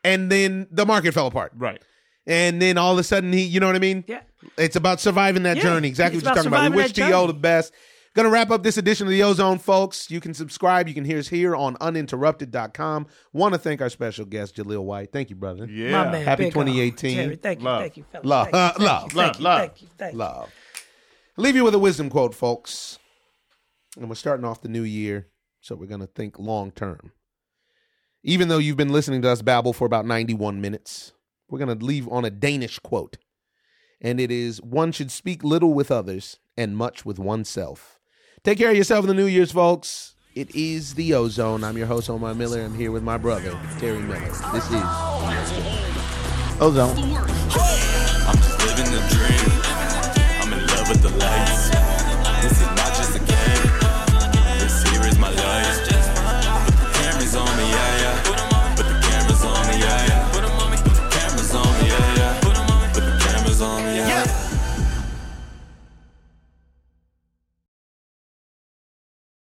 and then the market fell apart.
Right.
And then all of a sudden he, you know what I mean?
Yeah.
It's about surviving that
Yeah,
journey. Exactly
it's
what you're
about
talking about. We wish
surviving that
T.O. the
journey.
best. Gonna wrap up this edition of the Ozone, folks. You can subscribe. You can hear us here on uninterrupted.com. Want to thank our special guest, Jaleel White. Thank you, brother.
Yeah.
My man,
Happy
big up.
2018.
Terry, thank you,
Love.
thank you, fellas.
Love.
Thank you,
Love,
thank
love,
you, thank you,
love.
thank you, thank you.
Love. I'll leave you with a wisdom quote, folks. And we're starting off the new year, so we're gonna think long term. Even though you've been listening to us babble for about 91 minutes, we're gonna leave on a Danish quote. And it is one should speak little with others and much with oneself. Take care of yourself in the New Year's, folks. It is the Ozone. I'm your host, Omar Miller. I'm here with my brother, Terry Miller. This is Ozone.
Hey.